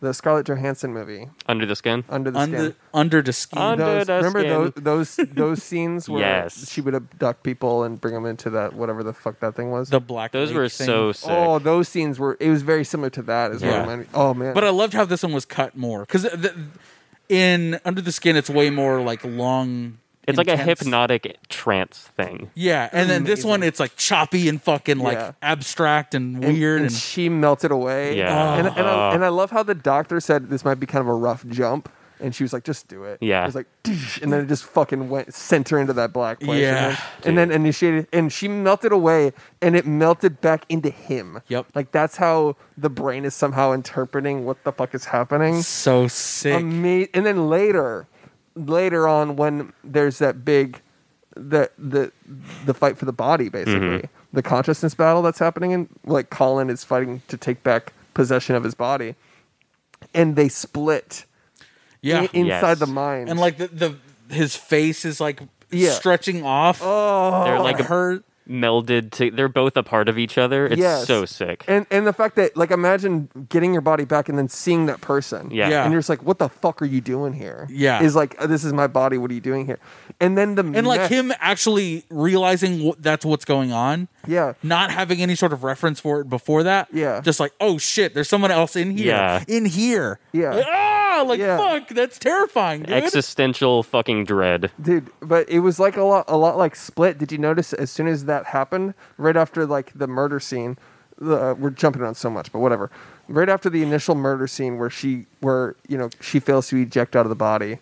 [SPEAKER 1] the Scarlett Johansson movie
[SPEAKER 2] under the skin
[SPEAKER 1] Under the Skin.
[SPEAKER 3] Under under the skin,
[SPEAKER 2] Under
[SPEAKER 1] those,
[SPEAKER 2] the
[SPEAKER 1] remember
[SPEAKER 2] skin.
[SPEAKER 1] those those those scenes where
[SPEAKER 2] Yes.
[SPEAKER 1] she would abduct people and bring them into that whatever the fuck that thing was.
[SPEAKER 3] the black.
[SPEAKER 2] those
[SPEAKER 3] lake
[SPEAKER 2] were
[SPEAKER 3] thing.
[SPEAKER 2] so sick
[SPEAKER 1] oh, those scenes were. It was very similar to that. Is what
[SPEAKER 3] Yeah.
[SPEAKER 1] it reminded me. Oh man,
[SPEAKER 3] But I loved how this one was cut more because in Under the Skin, it's way more like long.
[SPEAKER 2] it's like a
[SPEAKER 3] intense-
[SPEAKER 2] hypnotic trance thing
[SPEAKER 3] Yeah, and then this one, it's like choppy and fucking like
[SPEAKER 1] Yeah.
[SPEAKER 3] abstract and
[SPEAKER 1] And-
[SPEAKER 3] weird.
[SPEAKER 1] And,
[SPEAKER 3] And,
[SPEAKER 1] she melted away.
[SPEAKER 2] Yeah.
[SPEAKER 1] and, and, I, and I love how the doctor said this might be kind of a rough jump. And she was like, "Just do it."
[SPEAKER 2] Yeah.
[SPEAKER 1] It was like, "Tsh," and then it just fucking went sent her into that black place.
[SPEAKER 3] Yeah.
[SPEAKER 1] and then, and then initiated, and she melted away, and it melted back into him.
[SPEAKER 3] Yep.
[SPEAKER 1] like that's how the brain is somehow interpreting what the fuck is happening.
[SPEAKER 3] so sick.
[SPEAKER 1] Ama- and then later, later on, when there's that big, the the the fight for the body, basically the consciousness battle that's happening, and like Colin is fighting to take back possession of his body, and they split
[SPEAKER 3] yeah,
[SPEAKER 1] i- inside
[SPEAKER 2] Yes.
[SPEAKER 1] the mind,
[SPEAKER 3] and like the, the his face is like
[SPEAKER 1] Yeah.
[SPEAKER 3] stretching off.
[SPEAKER 1] oh,
[SPEAKER 2] they're like
[SPEAKER 3] like her.
[SPEAKER 2] melded to they're both a part of each other it's
[SPEAKER 1] Yes.
[SPEAKER 2] so sick
[SPEAKER 1] and and the fact that like imagine getting your body back and then seeing that person,
[SPEAKER 2] yeah
[SPEAKER 3] Yeah.
[SPEAKER 1] and you're just like, what the fuck are you doing here?
[SPEAKER 3] Yeah.
[SPEAKER 1] is like "Oh, this is my body. What are you doing here? And then the
[SPEAKER 3] And like
[SPEAKER 1] next-
[SPEAKER 3] him actually realizing what, that's what's going on,
[SPEAKER 1] yeah.
[SPEAKER 3] not having any sort of reference for it before that.
[SPEAKER 1] Yeah.
[SPEAKER 3] just like oh shit, there's someone else in here.
[SPEAKER 2] Yeah.
[SPEAKER 3] in here.
[SPEAKER 1] Yeah.
[SPEAKER 3] Like, ah, like
[SPEAKER 1] Yeah.
[SPEAKER 3] fuck, that's terrifying, dude.
[SPEAKER 2] existential fucking dread
[SPEAKER 1] dude but it was like a lot a lot like split did you notice as soon as that happened right after like the murder scene the, uh, we're jumping on so much but whatever right after the initial murder scene where she where you know she fails to eject out of the body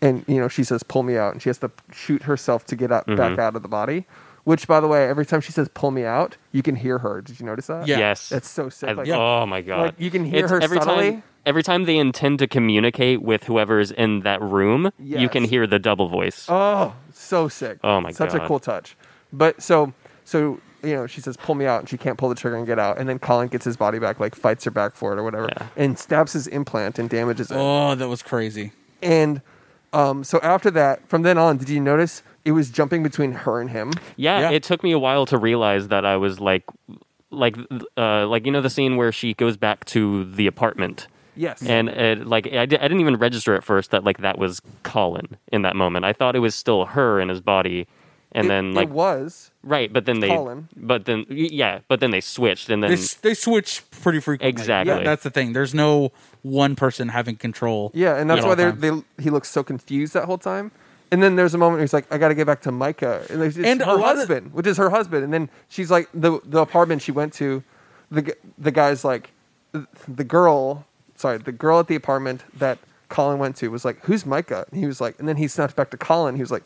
[SPEAKER 1] and you know she says pull me out and she has to shoot herself to get out back out of the body which by the way every time she says pull me out you can hear her did you notice that
[SPEAKER 3] Yeah.
[SPEAKER 2] yes
[SPEAKER 1] that's so sick
[SPEAKER 2] I-
[SPEAKER 1] like,
[SPEAKER 2] oh my god
[SPEAKER 1] like, you can hear her
[SPEAKER 2] every
[SPEAKER 1] subtly.
[SPEAKER 2] time every time they intend to communicate with whoever's in that room you
[SPEAKER 1] Yes.
[SPEAKER 2] can hear the double voice
[SPEAKER 1] Oh, so sick.
[SPEAKER 2] Oh my
[SPEAKER 1] Such a
[SPEAKER 2] God.
[SPEAKER 1] cool touch. But so so you know, she says, "Pull me out," and she can't pull the trigger and get out. And then Colin gets his body back, like fights her back for it or whatever,
[SPEAKER 2] Yeah.
[SPEAKER 1] and stabs his implant and damages it.
[SPEAKER 3] oh, that was crazy.
[SPEAKER 1] And um, so after that, from then on, did you notice it was jumping between her and him?
[SPEAKER 2] yeah,
[SPEAKER 3] yeah.
[SPEAKER 2] it took me a while to realize that i was like like uh, like you know the scene where she goes back to the apartment
[SPEAKER 1] Yes.
[SPEAKER 2] and it, like I, di- I didn't even register at first that like that was Colin in that moment. I thought it was still her in his body, and
[SPEAKER 1] It-
[SPEAKER 2] then like
[SPEAKER 1] it was.
[SPEAKER 2] right, but then they
[SPEAKER 1] Colin.
[SPEAKER 2] but then y- yeah, but then they switched and then
[SPEAKER 3] They, s- they switch pretty frequently.
[SPEAKER 2] Exactly.
[SPEAKER 3] Yeah, that's the thing. There's no one person having control.
[SPEAKER 1] Yeah, and that's
[SPEAKER 3] at
[SPEAKER 1] why
[SPEAKER 3] all
[SPEAKER 1] they
[SPEAKER 3] times.
[SPEAKER 1] they he looks so confused that whole time. And then there's a moment where he's like, "I got to get back to Micah," and it's it's
[SPEAKER 3] And a
[SPEAKER 1] her
[SPEAKER 3] lot of-
[SPEAKER 1] husband, which is her husband. And then she's like, the the apartment she went to, the g- the guy's like, the- the girl, sorry, the girl at the apartment that Colin went to was like, "Who's Micah?" And he was like, and then he snapped back to Colin. He was like,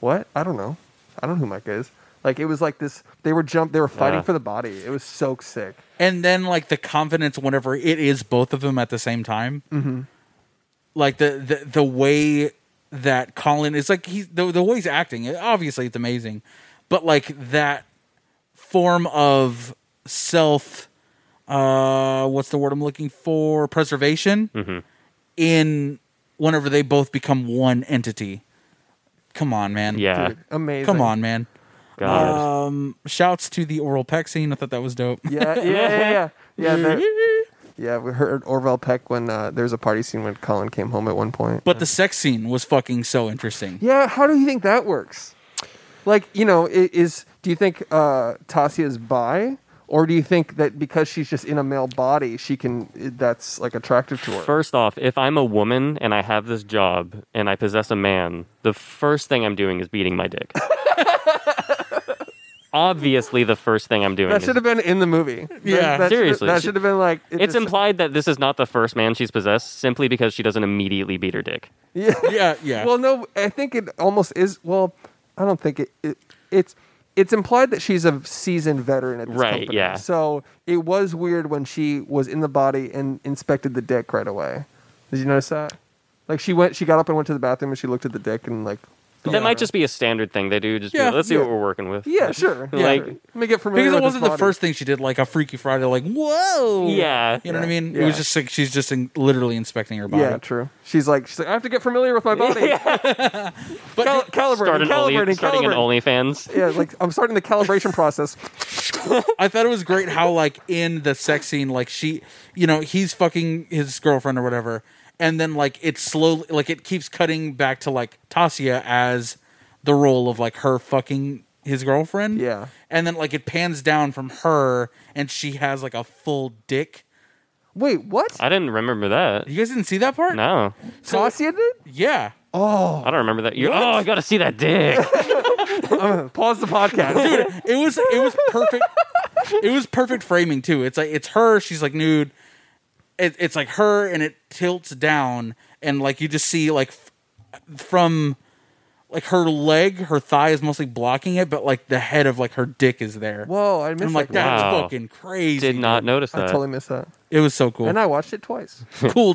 [SPEAKER 1] "What? I don't know. I don't know who Micah is." Like it was like this. They were jump. They were fighting
[SPEAKER 2] Yeah.
[SPEAKER 1] for the body. It was so sick.
[SPEAKER 3] and then like the confidence whenever it is both of them at the same time like the, the the way that colin is like he's the, the way he's acting obviously it's amazing but like that form of self uh what's the word i'm looking for preservation in whenever they both become one entity come on man
[SPEAKER 2] yeah,
[SPEAKER 1] Dude, Uh, amazing.
[SPEAKER 3] come on man
[SPEAKER 2] God.
[SPEAKER 3] um shouts to the oral peck scene i thought that was dope
[SPEAKER 1] Yeah, yeah, yeah, yeah. Yeah, they're- yeah, we heard Orville Peck when uh, there was a party scene when Colin came home at one point.
[SPEAKER 3] But the sex scene was fucking so interesting.
[SPEAKER 1] yeah, how do you think that works? Like, you know, i- is do you think uh, Tasia is bi, or do you think that because she's just in a male body, she can that's like attractive to her?
[SPEAKER 2] First off, if I'm a woman and I have this job and I possess a man, the first thing I'm doing is beating my dick. Obviously, the first thing I'm doing.
[SPEAKER 1] that
[SPEAKER 2] is-
[SPEAKER 1] should have been in the movie. That-
[SPEAKER 3] Yeah.
[SPEAKER 1] that should've-
[SPEAKER 2] Seriously.
[SPEAKER 1] that should have been like
[SPEAKER 2] it's
[SPEAKER 1] just-
[SPEAKER 2] implied that this is not the first man she's possessed simply because she doesn't immediately beat her dick.
[SPEAKER 1] Yeah.
[SPEAKER 3] Yeah, yeah.
[SPEAKER 1] Well, no, I think it almost is. Well, I don't think it. it it's it's implied that she's a seasoned veteran at this
[SPEAKER 2] Right,
[SPEAKER 1] company.
[SPEAKER 2] yeah.
[SPEAKER 1] So it was weird when she was in the body and inspected the dick right away. Did you notice that? Like she went, she got up and went to the bathroom and she looked at the dick and like.
[SPEAKER 2] That
[SPEAKER 1] felt
[SPEAKER 2] might
[SPEAKER 1] it.
[SPEAKER 2] just be a standard thing they do. Just be
[SPEAKER 3] Yeah,
[SPEAKER 2] like, let's see
[SPEAKER 1] yeah.
[SPEAKER 2] what we're working with.
[SPEAKER 1] Yeah, sure.
[SPEAKER 2] Yeah. Like-
[SPEAKER 1] sure. let me get familiar
[SPEAKER 3] because
[SPEAKER 1] with
[SPEAKER 3] it
[SPEAKER 1] this
[SPEAKER 3] wasn't the
[SPEAKER 1] body.
[SPEAKER 3] first thing she did, like a Freaky Friday, like, whoa.
[SPEAKER 2] Yeah.
[SPEAKER 3] You know what I
[SPEAKER 1] Yeah,
[SPEAKER 3] mean? It
[SPEAKER 1] yeah.
[SPEAKER 3] was just like she's just in, literally inspecting her body.
[SPEAKER 1] Yeah, true. She's like, she's like, I have to get familiar with my body.
[SPEAKER 3] But
[SPEAKER 1] Cal-
[SPEAKER 3] did-
[SPEAKER 1] calibrating,
[SPEAKER 2] Start an
[SPEAKER 1] calibrating,
[SPEAKER 2] only, starting an
[SPEAKER 1] calibrating.
[SPEAKER 2] OnlyFans.
[SPEAKER 1] Yeah, like I'm starting the calibration process.
[SPEAKER 3] I thought it was great how, like, in the sex scene, like, she, you know, he's fucking his girlfriend or whatever. And then, like, it slowly, like, it keeps cutting back to, like, Tasia as the role of, like, her fucking his girlfriend.
[SPEAKER 1] Yeah.
[SPEAKER 3] And then, like, it pans down from her and she has, like, a full dick.
[SPEAKER 1] Wait, what?
[SPEAKER 2] I didn't remember that.
[SPEAKER 3] You guys didn't see that part?
[SPEAKER 2] No,
[SPEAKER 3] So-
[SPEAKER 1] Tasia did?
[SPEAKER 3] Yeah.
[SPEAKER 2] I don't remember that. You, oh, I gotta see that dick.
[SPEAKER 1] Pause the podcast.
[SPEAKER 3] it was it was perfect. it was perfect framing too. It's like it's her. She's like nude. It, it's like her, and it tilts down, and like you just see like f- from like her leg, her thigh is mostly blocking it, but like the head of like her dick is there.
[SPEAKER 1] Whoa, I missed
[SPEAKER 3] I'm like
[SPEAKER 1] that.
[SPEAKER 3] that's
[SPEAKER 2] Wow.
[SPEAKER 3] fucking crazy.
[SPEAKER 2] Did not
[SPEAKER 3] dude."
[SPEAKER 2] notice
[SPEAKER 1] I
[SPEAKER 2] that.
[SPEAKER 1] totally missed that.
[SPEAKER 3] It was so cool.
[SPEAKER 1] And I watched it twice.
[SPEAKER 3] cool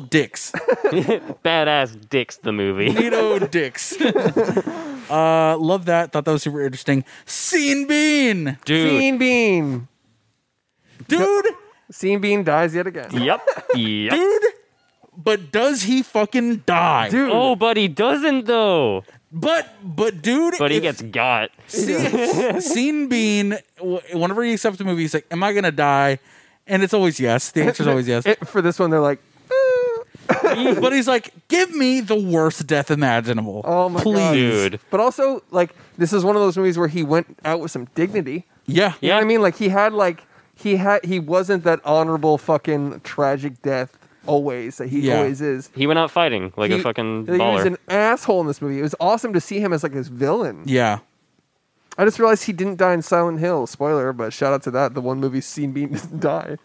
[SPEAKER 3] dicks.
[SPEAKER 2] Badass dicks. The movie.
[SPEAKER 3] Neato dicks. uh, love that. Thought that was super interesting. Scene bean,
[SPEAKER 2] Dude.
[SPEAKER 1] Scene Bean.
[SPEAKER 3] dude.
[SPEAKER 1] Scene Bean dies yet again.
[SPEAKER 2] Yep. Yep.
[SPEAKER 3] dude. But does he fucking die?
[SPEAKER 1] Dude,
[SPEAKER 2] Oh, but he doesn't though.
[SPEAKER 3] But but dude,
[SPEAKER 2] But he
[SPEAKER 3] if
[SPEAKER 2] gets got.
[SPEAKER 3] scene, scene bean. w- Whenever he accepts a movie, he's like, "Am I gonna die?" And it's always yes. The answer's always yes.
[SPEAKER 1] it- for this one, they're like, "Eh."
[SPEAKER 3] but he's like, "Give me the worst death imaginable."
[SPEAKER 1] oh my
[SPEAKER 3] please.
[SPEAKER 1] god.
[SPEAKER 2] Dude.
[SPEAKER 1] But also, like, this is one of those movies where he went out with some dignity.
[SPEAKER 3] Yeah.
[SPEAKER 1] You know what I mean? Like, he had, like, he had, he wasn't that honorable fucking tragic death always that he
[SPEAKER 3] Yeah.
[SPEAKER 1] always is.
[SPEAKER 2] He went out fighting like
[SPEAKER 1] He-
[SPEAKER 2] a fucking
[SPEAKER 1] He was
[SPEAKER 2] baller.
[SPEAKER 1] an asshole in this movie. It was awesome to see him as, like, this villain.
[SPEAKER 3] Yeah.
[SPEAKER 1] I just realized he didn't die in Silent Hill. Spoiler, but shout out to that. The one movie Scene Bean doesn't die.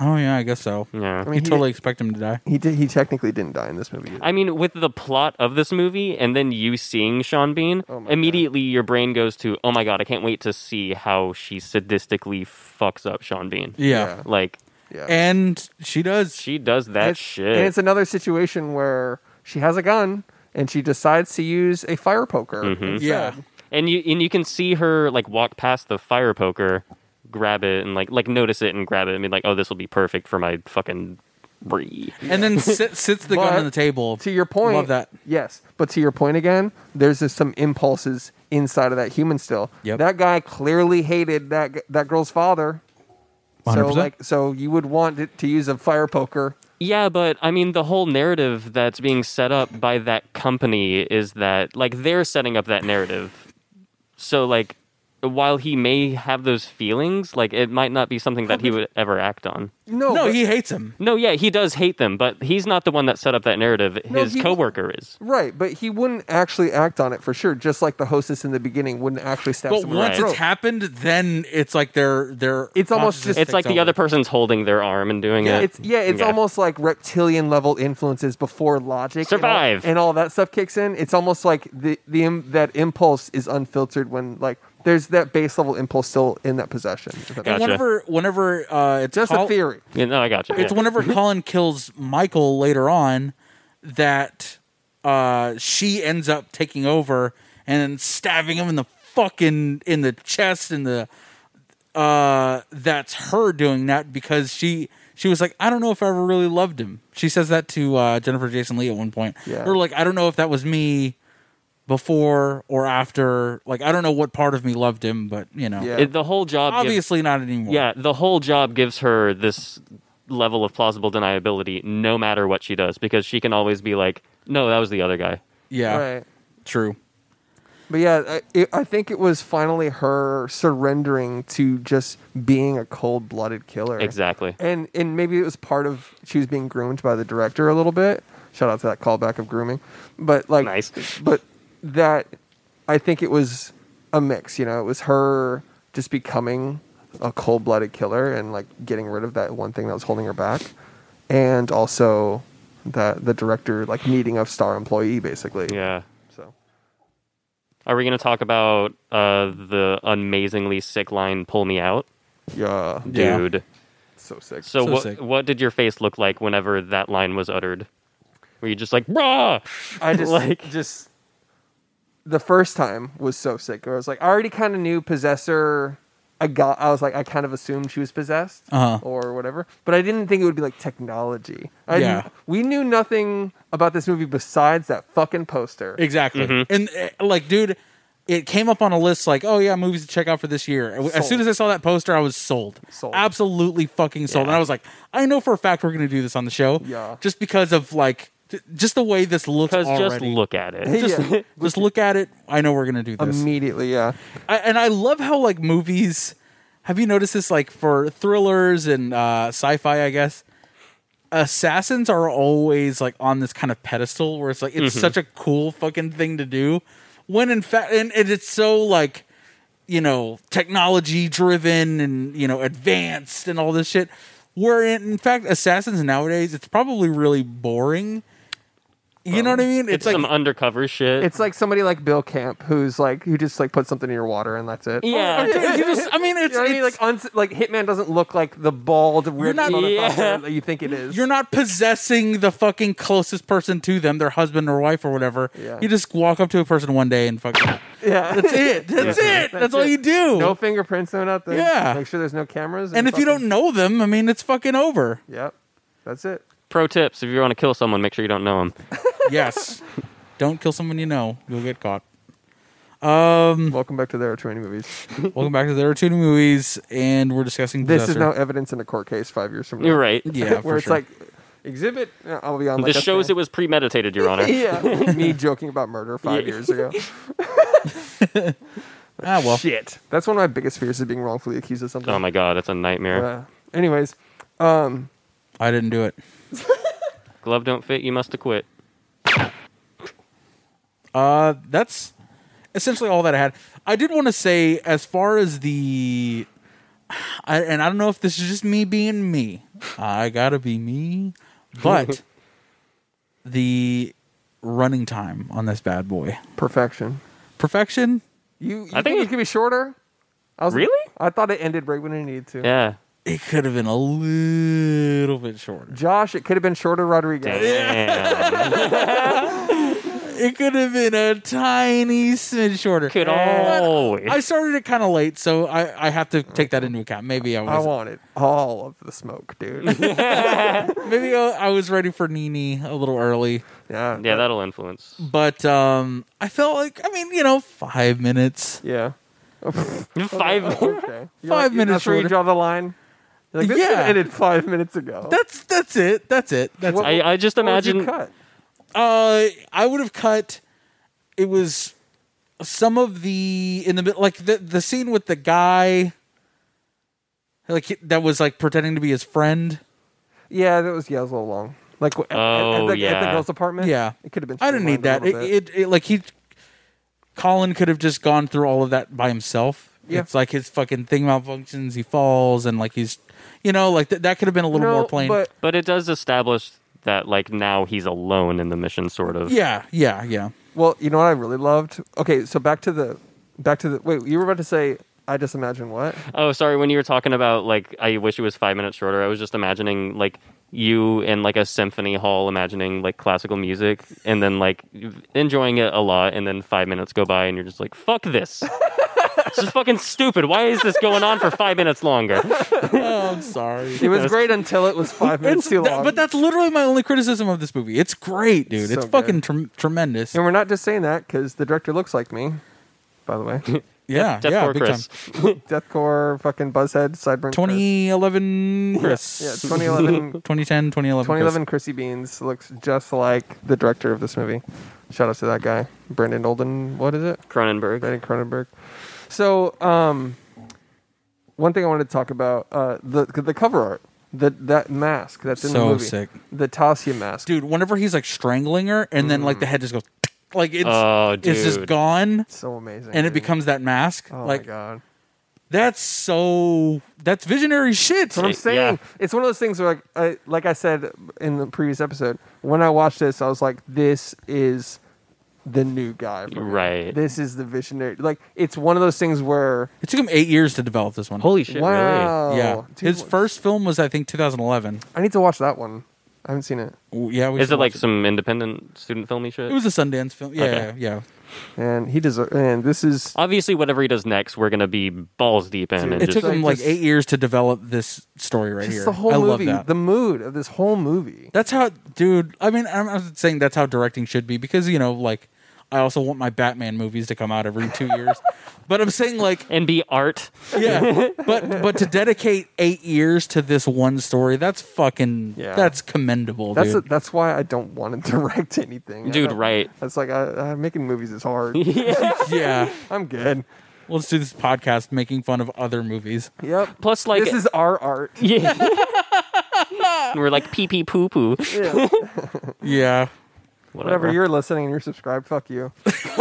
[SPEAKER 3] Oh yeah, I guess so.
[SPEAKER 2] yeah.
[SPEAKER 1] I
[SPEAKER 3] You
[SPEAKER 1] mean, he-
[SPEAKER 3] totally expect him to die.
[SPEAKER 1] He did. He technically didn't die in this movie. either.
[SPEAKER 2] I mean, with the plot of this movie and then you seeing Sean Bean,
[SPEAKER 1] Oh my God.
[SPEAKER 2] immediately your brain goes to, oh my god, I can't wait to see how she sadistically fucks up Sean Bean.
[SPEAKER 3] Yeah.
[SPEAKER 2] Like,
[SPEAKER 1] yeah.
[SPEAKER 3] And she does.
[SPEAKER 2] she does that
[SPEAKER 1] it's,
[SPEAKER 2] shit.
[SPEAKER 1] And it's another situation where she has a gun and she decides to use a fire poker.
[SPEAKER 2] Mm-hmm.
[SPEAKER 3] yeah.
[SPEAKER 2] and you and you can see her like walk past the fire poker, grab it and like like notice it and grab it and be like, oh, this will be perfect for my fucking re.
[SPEAKER 3] And then sit, sits the gun
[SPEAKER 1] But,
[SPEAKER 3] on the table.
[SPEAKER 1] To your point,
[SPEAKER 3] Love that.
[SPEAKER 1] Yes, but to your point again, there's just some impulses inside of that human still.
[SPEAKER 3] Yep.
[SPEAKER 1] That guy clearly hated that g- that girl's father. So
[SPEAKER 3] 100%.
[SPEAKER 1] like so you would want it to use a fire poker.
[SPEAKER 2] Yeah, but I mean, the whole narrative that's being set up by that company is that, like, they're setting up that narrative. So, like, while he may have those feelings, like, it might not be something that he would ever act on.
[SPEAKER 1] No,
[SPEAKER 3] no,
[SPEAKER 1] but-
[SPEAKER 3] he hates him.
[SPEAKER 2] No, yeah, he does hate them, but he's not the one that set up that narrative.
[SPEAKER 1] No,
[SPEAKER 2] His
[SPEAKER 1] he-
[SPEAKER 2] coworker is.
[SPEAKER 1] right, but he wouldn't actually act on it for sure. Just like the hostess in the beginning wouldn't actually stab
[SPEAKER 3] But
[SPEAKER 1] someone
[SPEAKER 3] once
[SPEAKER 1] in the
[SPEAKER 3] it's
[SPEAKER 1] throat.
[SPEAKER 3] happened, then it's like they're they're.
[SPEAKER 1] It's almost
[SPEAKER 3] opposite
[SPEAKER 1] just-
[SPEAKER 2] It's like
[SPEAKER 3] takes
[SPEAKER 2] the other
[SPEAKER 3] over.
[SPEAKER 2] person's holding their arm and doing
[SPEAKER 1] yeah,
[SPEAKER 2] it.
[SPEAKER 1] it's yeah, it's
[SPEAKER 2] Yeah.
[SPEAKER 1] almost like reptilian level influences before logic and all-
[SPEAKER 2] Survive.
[SPEAKER 1] and all, that stuff kicks in. It's almost like the the im- that impulse is unfiltered when like there's that base level impulse still in that possession. if that
[SPEAKER 2] Gotcha.
[SPEAKER 3] And whenever whenever uh, it's
[SPEAKER 1] Just a
[SPEAKER 3] Col-
[SPEAKER 1] theory.
[SPEAKER 2] Yeah, no, I got you.
[SPEAKER 3] It's
[SPEAKER 2] yeah.
[SPEAKER 3] whenever
[SPEAKER 1] Mm-hmm.
[SPEAKER 3] Colin kills Michael later on that uh, she ends up taking over and stabbing him in the fucking in the chest and the uh, that's her doing that because she she was like I don't know if I ever really loved him. She says that to uh, Jennifer Jason Lee at one point.
[SPEAKER 1] Yeah.
[SPEAKER 3] Or like I don't know if that was me before or after. Like I don't know what part of me loved him, but you know,
[SPEAKER 1] Yeah.
[SPEAKER 2] It- the whole job. gives-
[SPEAKER 3] obviously not anymore.
[SPEAKER 2] yeah, the whole job gives her this level of plausible deniability no matter what she does because she can always be like, no, that was the other guy.
[SPEAKER 3] yeah,
[SPEAKER 1] Right.
[SPEAKER 3] true.
[SPEAKER 1] But yeah, I, it, I think it was finally her surrendering to just being a cold-blooded killer.
[SPEAKER 2] Exactly.
[SPEAKER 1] And and maybe it was part of she was being groomed by the director a little bit. Shout out to that callback of grooming. But like
[SPEAKER 2] Nice.
[SPEAKER 1] But that I think it was a mix, you know. It was her just becoming a cold-blooded killer and like getting rid of that one thing that was holding her back and also that the director like needing a star employee basically.
[SPEAKER 2] Yeah.
[SPEAKER 1] So
[SPEAKER 2] Are we going to talk about uh, the amazingly sick line, pull me out?
[SPEAKER 1] yeah,
[SPEAKER 3] Yeah.
[SPEAKER 2] Dude.
[SPEAKER 1] so sick.
[SPEAKER 2] So,
[SPEAKER 3] So
[SPEAKER 2] what,
[SPEAKER 3] sick.
[SPEAKER 2] what did your face look like whenever that line was uttered? Were you just like, brah?
[SPEAKER 1] I just
[SPEAKER 2] Like-
[SPEAKER 1] like just the first time was so sick. I was like, I already kind of knew possessor. I got. I was like, I kind of assumed she was possessed
[SPEAKER 3] Uh-huh.
[SPEAKER 1] or whatever, but I didn't think it would be like technology. I
[SPEAKER 3] Yeah.
[SPEAKER 1] kn- we knew nothing about this movie besides that fucking poster.
[SPEAKER 3] Exactly. And uh, like, dude, it came up on a list like, oh yeah, movies to check out for this year. As soon
[SPEAKER 1] Sold.
[SPEAKER 3] as I saw that poster, I was sold.
[SPEAKER 1] Sold.
[SPEAKER 3] Absolutely fucking sold. And I was like, I know for a fact we're going to do this on the show.
[SPEAKER 1] Yeah.
[SPEAKER 3] Just because of like, j- just the way this looks
[SPEAKER 2] Because
[SPEAKER 3] already.
[SPEAKER 2] just look at it.
[SPEAKER 1] Hey,
[SPEAKER 3] Just,
[SPEAKER 1] Yeah.
[SPEAKER 3] just look at it. I know we're going to do this.
[SPEAKER 1] Immediately, yeah.
[SPEAKER 3] I, and I love how like movies. Have you noticed this? Like for thrillers and uh, sci-fi, I guess assassins are always like on this kind of pedestal where it's like
[SPEAKER 1] Mm-hmm.
[SPEAKER 3] it's such a cool fucking thing to do. When in fact, and, and it's so like you know technology driven and you know advanced and all this shit. Where in, in fact, assassins nowadays, it's probably really boring. You know what I mean?
[SPEAKER 2] It's, some undercover shit.
[SPEAKER 1] It's like somebody like Bill Camp who's like who just like put something in your water and that's it.
[SPEAKER 2] yeah.
[SPEAKER 3] Dude, you just- I mean, it's,
[SPEAKER 1] You know what I mean?
[SPEAKER 3] it's-
[SPEAKER 1] Like, uns- like Hitman doesn't look like the bald weird
[SPEAKER 3] not-
[SPEAKER 1] motherfucker
[SPEAKER 2] Yeah.
[SPEAKER 1] that you think it is.
[SPEAKER 3] You're not possessing the fucking closest person to them, their husband or wife or whatever.
[SPEAKER 1] Yeah.
[SPEAKER 3] You just walk up to a person one day and fucking.
[SPEAKER 1] yeah.
[SPEAKER 3] That's it. That's it. That's, all
[SPEAKER 1] it.
[SPEAKER 3] you do.
[SPEAKER 1] No fingerprints, no nothing.
[SPEAKER 3] Yeah.
[SPEAKER 1] Make sure there's no cameras.
[SPEAKER 3] And if you don't know them, I mean, it's fucking over.
[SPEAKER 1] know. Yep. That's it.
[SPEAKER 2] Pro tips if you want to kill someone, make sure you don't know them.
[SPEAKER 3] Yes. Don't kill someone you know. You'll get caught. Mm.
[SPEAKER 1] Welcome back to There Are Too Many Movies.
[SPEAKER 3] Welcome back to the Two Movies, and we're discussing
[SPEAKER 1] This is
[SPEAKER 3] Possessor.
[SPEAKER 1] now evidence in a court case five years from now.
[SPEAKER 2] You're right.
[SPEAKER 3] Yeah,
[SPEAKER 1] Where
[SPEAKER 3] for
[SPEAKER 1] it's
[SPEAKER 3] sure.
[SPEAKER 1] like, exhibit, uh, I'll be on like
[SPEAKER 2] This shows it was premeditated, Your Honor.
[SPEAKER 1] Yeah. Me joking about murder five
[SPEAKER 2] Yeah.
[SPEAKER 1] years ago.
[SPEAKER 3] ah, well.
[SPEAKER 1] Shit. That's one of my biggest fears is being wrongfully accused of something.
[SPEAKER 2] Oh my god, it's a nightmare.
[SPEAKER 1] Uh, anyways,
[SPEAKER 3] I didn't do it.
[SPEAKER 2] Glove don't fit, you must have quit.
[SPEAKER 3] Uh, that's essentially all that I had. I did want to say, as far as the, I, and I don't know if this is just me being me. I gotta be me, but the running time on this bad boy,
[SPEAKER 1] perfection.
[SPEAKER 3] perfection.
[SPEAKER 1] You, you
[SPEAKER 2] I think
[SPEAKER 1] think,
[SPEAKER 2] it-
[SPEAKER 1] it could be shorter? I was,
[SPEAKER 2] Really?
[SPEAKER 1] I thought it ended right when it needed to.
[SPEAKER 2] Yeah.
[SPEAKER 3] It could have been a little bit shorter.
[SPEAKER 1] Josh, it could have been shorter, Rodriguez.
[SPEAKER 2] Damn.
[SPEAKER 3] It could have been a tiny smidge shorter.
[SPEAKER 2] Could
[SPEAKER 3] But
[SPEAKER 2] always.
[SPEAKER 3] I started it kind of late, so I, I have to take that into account. Maybe I was
[SPEAKER 1] I wanted all of the smoke, dude.
[SPEAKER 3] maybe I I was ready for Nini a little early.
[SPEAKER 1] Yeah.
[SPEAKER 2] yeah, that'll influence.
[SPEAKER 3] but um i felt like i mean you know five minutes
[SPEAKER 1] Yeah.
[SPEAKER 2] Five.
[SPEAKER 1] Okay. You're
[SPEAKER 3] Five minutes
[SPEAKER 1] That's where you
[SPEAKER 3] shorter.
[SPEAKER 1] draw the line. You're like this
[SPEAKER 3] Yeah.
[SPEAKER 1] yeah. ended five minutes ago.
[SPEAKER 3] That's that's it. That's it. That's
[SPEAKER 1] What-
[SPEAKER 3] it.
[SPEAKER 2] I, I just
[SPEAKER 1] What would you
[SPEAKER 2] imagine
[SPEAKER 1] cut?
[SPEAKER 3] Uh, I would have cut. It was some of the in the mid- like the the scene with the guy, like he- that was like pretending to be his friend.
[SPEAKER 1] Yeah, that was yeah, it was a little long. Like at, at-
[SPEAKER 2] Oh,
[SPEAKER 1] at, the, at the
[SPEAKER 2] yeah.
[SPEAKER 1] girl's apartment.
[SPEAKER 3] Yeah.
[SPEAKER 1] it could have been.
[SPEAKER 3] I didn't need that.
[SPEAKER 1] streamlined
[SPEAKER 3] It,
[SPEAKER 1] a little bit.
[SPEAKER 3] it, it like he, Colin could have just gone through all of that by himself.
[SPEAKER 1] Yeah.
[SPEAKER 3] It's like his fucking thing malfunctions. He falls and like he's, you know, like th- that could have been a little
[SPEAKER 1] No,
[SPEAKER 3] more plain.
[SPEAKER 1] But
[SPEAKER 2] But it does establish that like now he's alone in the mission, sort of.
[SPEAKER 3] yeah, yeah, yeah.
[SPEAKER 1] well, you know what I really loved. Okay, so back to the back to the wait. You were about to say I just imagine what?
[SPEAKER 2] Oh, sorry. When you were talking about like, I wish it was five minutes shorter. I was just imagining like you in like a symphony hall, imagining like classical music, and then like enjoying it a lot, and then five minutes go by, and you're just like, "Fuck this." This is fucking stupid. Why is this going on for five minutes longer?
[SPEAKER 3] Oh, I'm sorry.
[SPEAKER 1] It was great until it was five minutes
[SPEAKER 3] It's-
[SPEAKER 1] too
[SPEAKER 3] that-
[SPEAKER 1] long.
[SPEAKER 3] but that's literally my only criticism of this movie. It's great, dude.
[SPEAKER 1] So
[SPEAKER 3] it's fucking trem tremendous.
[SPEAKER 1] and we're not just saying that because the director looks like me. By the way,
[SPEAKER 3] Yeah,
[SPEAKER 2] Death
[SPEAKER 3] yeah,
[SPEAKER 2] Core
[SPEAKER 3] big time.
[SPEAKER 2] Chris.
[SPEAKER 1] deathcore, fucking buzzhead, sideburn. Chris.
[SPEAKER 3] 2011 Chris.
[SPEAKER 1] Yeah, 2011.
[SPEAKER 3] 2010, 2011.
[SPEAKER 1] 2011 Chrissy Beans looks just like the director of this movie. Shout out to that guy, Brendan Olden. What is it?
[SPEAKER 2] Cronenberg.
[SPEAKER 1] Brandon Cronenberg. So, um, one thing I wanted to talk about uh, the the cover art, the that mask that's in
[SPEAKER 3] So
[SPEAKER 1] the movie,
[SPEAKER 3] sick.
[SPEAKER 1] the Tasia mask.
[SPEAKER 3] Dude, whenever he's like strangling her and then
[SPEAKER 1] Mm.
[SPEAKER 3] like the head just goes like it's
[SPEAKER 2] Oh, dude.
[SPEAKER 3] it's just gone
[SPEAKER 1] so amazing,
[SPEAKER 3] and it
[SPEAKER 1] dude.
[SPEAKER 3] becomes that mask.
[SPEAKER 1] oh
[SPEAKER 3] like
[SPEAKER 1] my god.
[SPEAKER 3] that's so that's visionary shit.
[SPEAKER 1] That's what I'm saying.
[SPEAKER 2] Yeah.
[SPEAKER 1] It's one of those things where, like I, like I said in the previous episode, when I watched this, I was like, "This is the new guy, for me.
[SPEAKER 2] Right.
[SPEAKER 1] This is the visionary." Like, it's one of those things where,
[SPEAKER 3] It took him 8 years to develop this one.
[SPEAKER 2] Holy shit! Really?
[SPEAKER 1] wow,
[SPEAKER 3] yeah.
[SPEAKER 1] Oh, Dude,
[SPEAKER 3] His first film was I think 2011.
[SPEAKER 1] I need to watch that one. I haven't seen it,
[SPEAKER 3] Ooh, Yeah, we
[SPEAKER 2] Is
[SPEAKER 3] should
[SPEAKER 2] it like
[SPEAKER 3] watch
[SPEAKER 2] some independent student filmy shit?
[SPEAKER 3] It was a Sundance film. Yeah,
[SPEAKER 2] Okay.
[SPEAKER 3] yeah, yeah.
[SPEAKER 1] and he deserves. And this is
[SPEAKER 2] Obviously, whatever he does next, we're gonna be balls deep in.
[SPEAKER 1] Dude,
[SPEAKER 2] and
[SPEAKER 3] It
[SPEAKER 2] just,
[SPEAKER 3] took him like
[SPEAKER 1] just-
[SPEAKER 3] eight years to develop this story right
[SPEAKER 1] Just
[SPEAKER 3] here.
[SPEAKER 1] the whole
[SPEAKER 3] I love
[SPEAKER 1] movie,
[SPEAKER 3] that.
[SPEAKER 1] the mood of this whole movie.
[SPEAKER 3] that's how, dude. I mean, I'm not saying that's how directing should be because you know, like, I also want my Batman movies to come out every two years. but I'm saying like,
[SPEAKER 2] and be art.
[SPEAKER 3] yeah, but but to dedicate eight years to this one story, that's fucking,
[SPEAKER 1] Yeah.
[SPEAKER 3] that's commendable,
[SPEAKER 1] That's
[SPEAKER 3] dude.
[SPEAKER 1] that's why I don't want to direct anything, I
[SPEAKER 2] Dude,
[SPEAKER 1] don't-
[SPEAKER 2] right.
[SPEAKER 1] That's like I, I, making movies is hard.
[SPEAKER 3] yeah,
[SPEAKER 1] I'm good.
[SPEAKER 3] let's do this podcast making fun of other movies.
[SPEAKER 1] Yep.
[SPEAKER 2] Plus, like,
[SPEAKER 1] this is our art.
[SPEAKER 2] yeah. And we're like pee pee poo poo.
[SPEAKER 1] Yeah.
[SPEAKER 3] Yeah,
[SPEAKER 1] Whatever you're listening and you're subscribed, fuck you.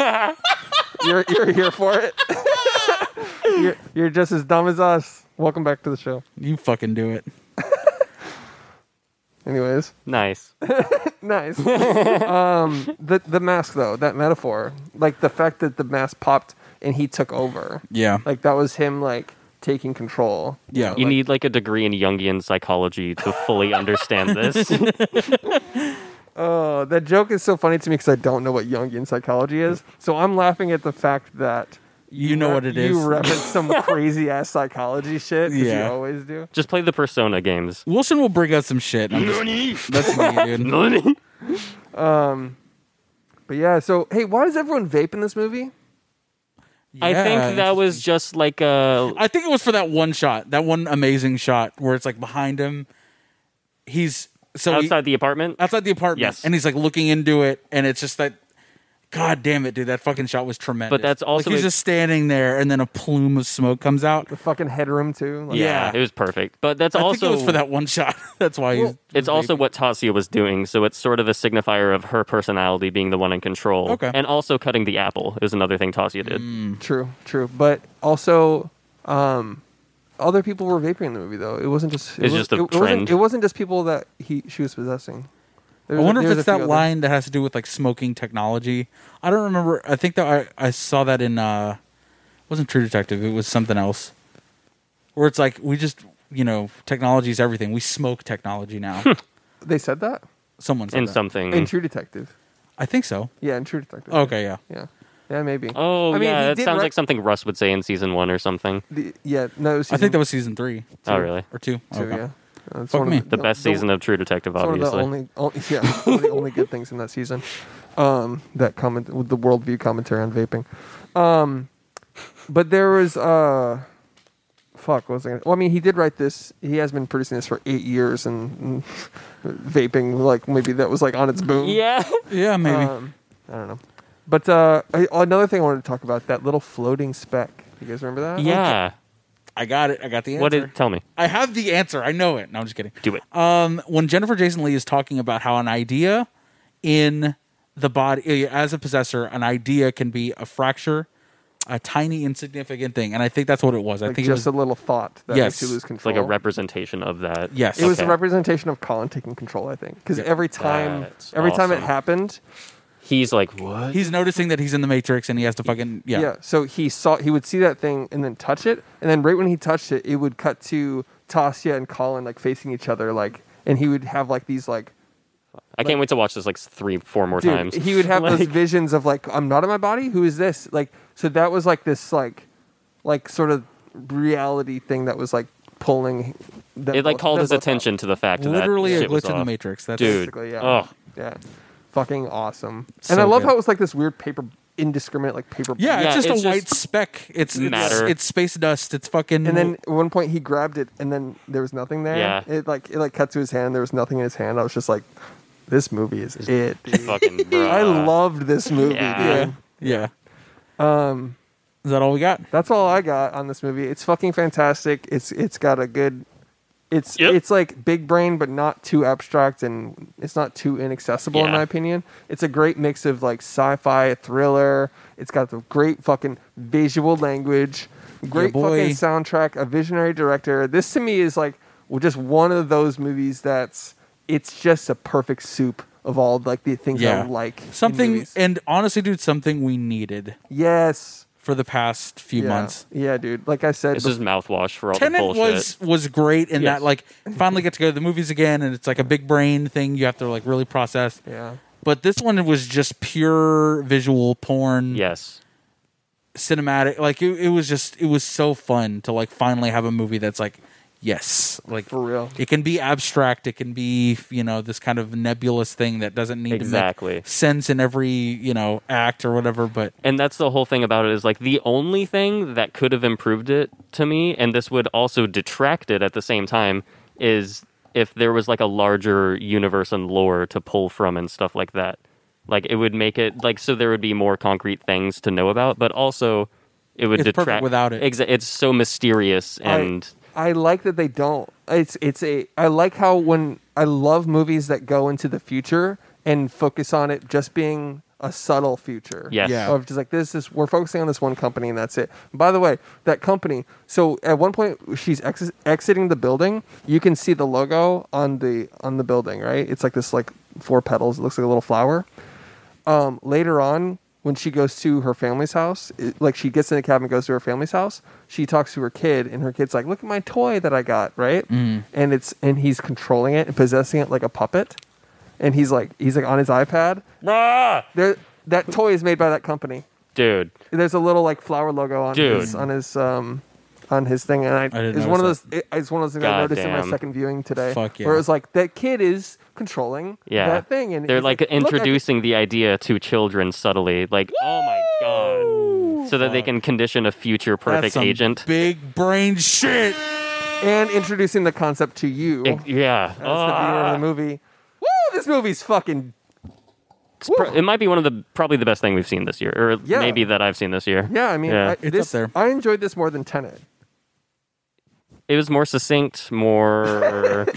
[SPEAKER 1] you're you're here for it. you're, you're just as dumb as us. Welcome back to the show.
[SPEAKER 3] you fucking do it.
[SPEAKER 1] Anyways,
[SPEAKER 2] Nice.
[SPEAKER 1] nice. um, the the mask though, that metaphor, like the fact that the mask popped and he took over.
[SPEAKER 3] Yeah,
[SPEAKER 1] Like that was him like taking control.
[SPEAKER 3] yeah.
[SPEAKER 2] You need like a degree in Jungian psychology to fully understand this.
[SPEAKER 1] Oh, that joke is so funny to me because I don't know what Jungian psychology is. So I'm laughing at the fact that
[SPEAKER 3] You know
[SPEAKER 1] re-
[SPEAKER 3] what it is.
[SPEAKER 1] You reference some crazy ass psychology shit. 'cause
[SPEAKER 3] Yeah.
[SPEAKER 1] you always do.
[SPEAKER 2] Just play the Persona games.
[SPEAKER 3] Wilson will bring us some shit. I'm just, that's me, dude.
[SPEAKER 2] That's
[SPEAKER 1] But yeah, so hey, why does everyone vape in this movie?
[SPEAKER 2] I
[SPEAKER 3] Yeah.
[SPEAKER 2] think that was just like uh, a.
[SPEAKER 3] I think it was for that one shot, that one amazing shot where it's like behind him. He's so he-
[SPEAKER 2] Outside the apartment?
[SPEAKER 3] outside the apartment,
[SPEAKER 2] Yes.
[SPEAKER 3] and he's like looking into it, and it's just that. God damn it, dude! That fucking shot was tremendous.
[SPEAKER 2] But that's also
[SPEAKER 3] like he's
[SPEAKER 2] a-
[SPEAKER 3] just standing there, and then a plume of smoke comes out.
[SPEAKER 1] The fucking headroom too. Like,
[SPEAKER 3] Yeah.
[SPEAKER 2] It was perfect. But that's
[SPEAKER 3] I
[SPEAKER 2] also.
[SPEAKER 3] think it was for that one shot. that's why he's.
[SPEAKER 2] It's also what Tasia was doing, so it's sort of a signifier of her personality being the one in control.
[SPEAKER 3] Okay. Mm,
[SPEAKER 2] And also cutting the apple is another thing Tasia did.
[SPEAKER 1] True, true. But also, um, other people were vaping in the movie though. It wasn't just. It
[SPEAKER 2] It's
[SPEAKER 1] was,
[SPEAKER 2] just a
[SPEAKER 1] it, it
[SPEAKER 2] trend.
[SPEAKER 1] Wasn't, it wasn't just people that he she was possessing. There
[SPEAKER 3] I
[SPEAKER 1] was a-
[SPEAKER 3] wonder
[SPEAKER 1] there
[SPEAKER 3] if
[SPEAKER 1] was
[SPEAKER 3] it's
[SPEAKER 1] a few
[SPEAKER 3] that
[SPEAKER 1] others.
[SPEAKER 3] line that has to do with like smoking technology. I don't remember. I think that I, I saw that in uh it wasn't True Detective. It was something else. Where it's like we just you know technology is everything. We smoke technology now.
[SPEAKER 1] They said that
[SPEAKER 3] Someone said
[SPEAKER 2] And
[SPEAKER 3] that.
[SPEAKER 2] something.
[SPEAKER 1] Hmm. in True Detective.
[SPEAKER 3] I think so.
[SPEAKER 1] Yeah, in True Detective.
[SPEAKER 3] Okay, yeah.
[SPEAKER 1] Yeah. Yeah, maybe.
[SPEAKER 2] Oh,
[SPEAKER 1] I mean,
[SPEAKER 2] yeah,
[SPEAKER 1] he
[SPEAKER 2] that
[SPEAKER 1] did
[SPEAKER 2] sounds
[SPEAKER 1] rec-
[SPEAKER 2] like something Russ would say in season one or something.
[SPEAKER 1] The, yeah, no, it was
[SPEAKER 3] I think that
[SPEAKER 1] season
[SPEAKER 3] was season three
[SPEAKER 2] Oh, really?
[SPEAKER 3] or two.
[SPEAKER 1] two,
[SPEAKER 3] okay.
[SPEAKER 1] yeah. Uh, it's
[SPEAKER 3] Fuck
[SPEAKER 1] one
[SPEAKER 3] me.
[SPEAKER 1] Of
[SPEAKER 2] The best season of True Detective,
[SPEAKER 1] It's one of
[SPEAKER 2] obviously.
[SPEAKER 1] the only, only yeah, one of the only good things in that season. Um, that comment with the worldview commentary on vaping. Um, but there was uh, fuck, what was I gonna? Well, I mean, he did write this. He has been producing this for eight years, and, and vaping like maybe that was like on its boom.
[SPEAKER 2] Yeah.
[SPEAKER 3] Yeah, maybe.
[SPEAKER 1] Um, I don't know. But uh, I, another thing I wanted to talk about that little floating speck. You guys remember that?
[SPEAKER 2] Yeah.
[SPEAKER 3] I got it. I got the answer.
[SPEAKER 2] What did? Tell me.
[SPEAKER 3] I have the answer. I know it. No, I'm just kidding.
[SPEAKER 2] Do it.
[SPEAKER 1] Uh,
[SPEAKER 3] Um, when Jennifer Jason Lee is talking about how an idea in the body, eh, as a possessor, an idea can be a fracture, a tiny insignificant thing, and I think that's what it was. I
[SPEAKER 1] Like
[SPEAKER 3] think
[SPEAKER 1] just
[SPEAKER 3] it was.
[SPEAKER 1] a little thought that
[SPEAKER 3] Yes.
[SPEAKER 1] makes you lose
[SPEAKER 2] It's
[SPEAKER 1] control.
[SPEAKER 2] like a representation of that.
[SPEAKER 3] Yes.
[SPEAKER 1] It was a
[SPEAKER 2] Okay.
[SPEAKER 1] representation of Colin taking control, I think, because every time,
[SPEAKER 2] That's
[SPEAKER 1] every time it
[SPEAKER 2] awesome.
[SPEAKER 1] happened,
[SPEAKER 2] He's like, what?
[SPEAKER 3] he's noticing that he's in the Matrix and he has to fucking yeah.
[SPEAKER 1] yeah. So he saw, he would see that thing and then touch it, and then right when he touched it, it would cut to Tasia and Colin like facing each other, like, and he would have like these like,
[SPEAKER 2] I can't wait to watch this like three, four more
[SPEAKER 1] dude,
[SPEAKER 2] times.
[SPEAKER 1] he would have those
[SPEAKER 2] Like,
[SPEAKER 1] visions of like, I'm not in my body. Who is this? Like, so that was like this like, like sort of reality thing that was like pulling. Them
[SPEAKER 2] It like
[SPEAKER 1] both-
[SPEAKER 2] called
[SPEAKER 1] them
[SPEAKER 2] his
[SPEAKER 1] both up.
[SPEAKER 2] attention to the fact that
[SPEAKER 3] Literally a
[SPEAKER 2] shit was
[SPEAKER 3] glitch in the
[SPEAKER 2] off.
[SPEAKER 3] Matrix. That's
[SPEAKER 2] Dude.
[SPEAKER 1] basically, yeah.
[SPEAKER 2] Oh.
[SPEAKER 1] Yeah. Fucking awesome.
[SPEAKER 3] So
[SPEAKER 1] and I love
[SPEAKER 3] good.
[SPEAKER 1] how it was like this weird paper indiscriminate like paper
[SPEAKER 3] Yeah,
[SPEAKER 2] Yeah,
[SPEAKER 3] it's just
[SPEAKER 2] it's
[SPEAKER 3] a white
[SPEAKER 2] just
[SPEAKER 3] speck. It's it's,
[SPEAKER 2] matter.
[SPEAKER 3] it's space dust. It's fucking
[SPEAKER 1] And then at one point he grabbed it and then there was nothing there.
[SPEAKER 2] Yeah.
[SPEAKER 1] It like it like cut to his hand, there was nothing in his hand. I was just like, This movie is it. dude.
[SPEAKER 2] Fucking bruh.
[SPEAKER 1] I loved this movie,
[SPEAKER 2] Yeah.
[SPEAKER 1] dude.
[SPEAKER 3] yeah. Um,
[SPEAKER 1] um,
[SPEAKER 3] is that all we got?
[SPEAKER 1] That's all I got on this movie. It's fucking fantastic. It's it's got a good it's
[SPEAKER 2] Yep.
[SPEAKER 1] it's like big brain but not too abstract and it's not too inaccessible in
[SPEAKER 2] Yeah.
[SPEAKER 1] my opinion. It's a great mix of like sci-fi, thriller. It's got the great fucking visual language, great
[SPEAKER 3] boy.
[SPEAKER 1] fucking soundtrack, a visionary director. This to me is like well, just one of those movies that's it's just a perfect soup of all like the things
[SPEAKER 3] Yeah.
[SPEAKER 1] I like in
[SPEAKER 3] Something
[SPEAKER 1] movies.
[SPEAKER 3] and honestly, dude, something we needed
[SPEAKER 1] yes.
[SPEAKER 3] for the past few
[SPEAKER 1] Yeah.
[SPEAKER 3] months.
[SPEAKER 1] Yeah, dude. Like I said,
[SPEAKER 2] This is mouthwash for all the
[SPEAKER 3] Tenant
[SPEAKER 2] bullshit.
[SPEAKER 3] was was great in
[SPEAKER 2] Yes.
[SPEAKER 3] that like finally get to go to the movies again, and it's like a big brain thing you have to like really process.
[SPEAKER 1] yeah.
[SPEAKER 3] But this one was just pure visual porn,
[SPEAKER 2] yes.
[SPEAKER 3] cinematic. Like it, it was just it was so fun to like finally have a movie that's like yes, like
[SPEAKER 1] For real.
[SPEAKER 3] It can be abstract. It can be you know this kind of nebulous thing that doesn't need to
[SPEAKER 2] Exactly.
[SPEAKER 3] make sense in every you know act or whatever. But
[SPEAKER 2] And that's the whole thing about it is like the only thing that could have improved it to me, and this would also detract it at the same time, is if there was like a larger universe and lore to pull from and stuff like that. Like it would make it like so there would be more concrete things to know about, but also it would
[SPEAKER 3] It's perfect
[SPEAKER 2] detract
[SPEAKER 3] without it.
[SPEAKER 2] Exa- it's so mysterious and
[SPEAKER 1] I, I like that they don't. It's it's a I like how when I love movies that go into the future and focus on it just being a subtle future.
[SPEAKER 2] Yes.
[SPEAKER 3] Yeah.
[SPEAKER 1] Of just like this is we're focusing on this one company and that's it. By the way, that company. So at one point she's ex- exiting the building. You can see the logo on the on the building, right? It's like this like four petals. It looks like a little flower um, later on when she goes to her family's house it- like she gets in the cab and goes to her family's house she talks to her kid and her kid's like look at my toy that i got right and it's and he's controlling it and possessing it like a puppet and he's like he's like on his ipad there that toy is made by that company
[SPEAKER 2] dude.
[SPEAKER 1] there's a little like flower logo on
[SPEAKER 2] Dude.
[SPEAKER 1] his on his um on his thing, and I,
[SPEAKER 3] didn't
[SPEAKER 1] it's one of
[SPEAKER 3] notice
[SPEAKER 1] those. It, it's one of those things I
[SPEAKER 2] God
[SPEAKER 1] noticed in my
[SPEAKER 2] damn.
[SPEAKER 1] second viewing today,
[SPEAKER 3] Fuck yeah.
[SPEAKER 1] where it was like that kid is controlling
[SPEAKER 2] Yeah.
[SPEAKER 1] that thing, and
[SPEAKER 2] they're
[SPEAKER 1] he's
[SPEAKER 2] like,
[SPEAKER 1] "Look, I can
[SPEAKER 2] introducing the idea to children subtly, like, oh my god. So that they can condition a future
[SPEAKER 3] that's
[SPEAKER 2] perfect
[SPEAKER 3] some
[SPEAKER 2] agent.
[SPEAKER 3] big brain shit.
[SPEAKER 1] and introducing the concept to you
[SPEAKER 2] Ex- yeah.
[SPEAKER 1] as
[SPEAKER 2] Ah.
[SPEAKER 1] the viewer of the movie. Woo! This movie's fucking
[SPEAKER 2] It's pro- it might be one of the probably the best thing we've seen this year, or
[SPEAKER 1] Yeah.
[SPEAKER 2] maybe that I've seen this year.
[SPEAKER 1] yeah. I mean, I,
[SPEAKER 3] It's up
[SPEAKER 1] this,
[SPEAKER 3] there.
[SPEAKER 1] I enjoyed this more than Tenet.
[SPEAKER 2] it was more succinct, more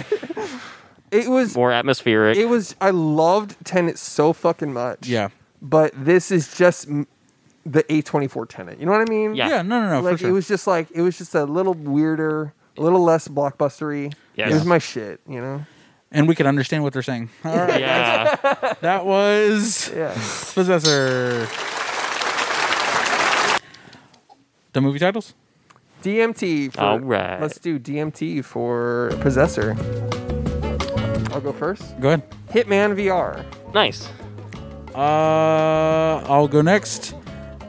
[SPEAKER 1] It was.
[SPEAKER 2] more atmospheric.
[SPEAKER 1] It was. I loved Tenet so fucking much.
[SPEAKER 3] Yeah.
[SPEAKER 1] But this is just m- the A twenty four Tenet. You know what I mean?
[SPEAKER 2] Yeah.
[SPEAKER 3] Yeah, no, no, no,
[SPEAKER 1] Like
[SPEAKER 3] Oh, for sure.
[SPEAKER 1] it was just like it was just a little weirder, a little less blockbustery.
[SPEAKER 2] Yes.
[SPEAKER 1] It was my shit. You know.
[SPEAKER 3] and we can understand what they're saying. All right,
[SPEAKER 2] yeah,
[SPEAKER 3] that was
[SPEAKER 1] Yeah.
[SPEAKER 3] Possessor. The movie titles?
[SPEAKER 1] DMT. For,
[SPEAKER 2] All right.
[SPEAKER 1] Let's do DMT for Possessor. I'll go first.
[SPEAKER 3] Go ahead.
[SPEAKER 1] Hitman VR.
[SPEAKER 2] nice.
[SPEAKER 3] Uh, I'll go next.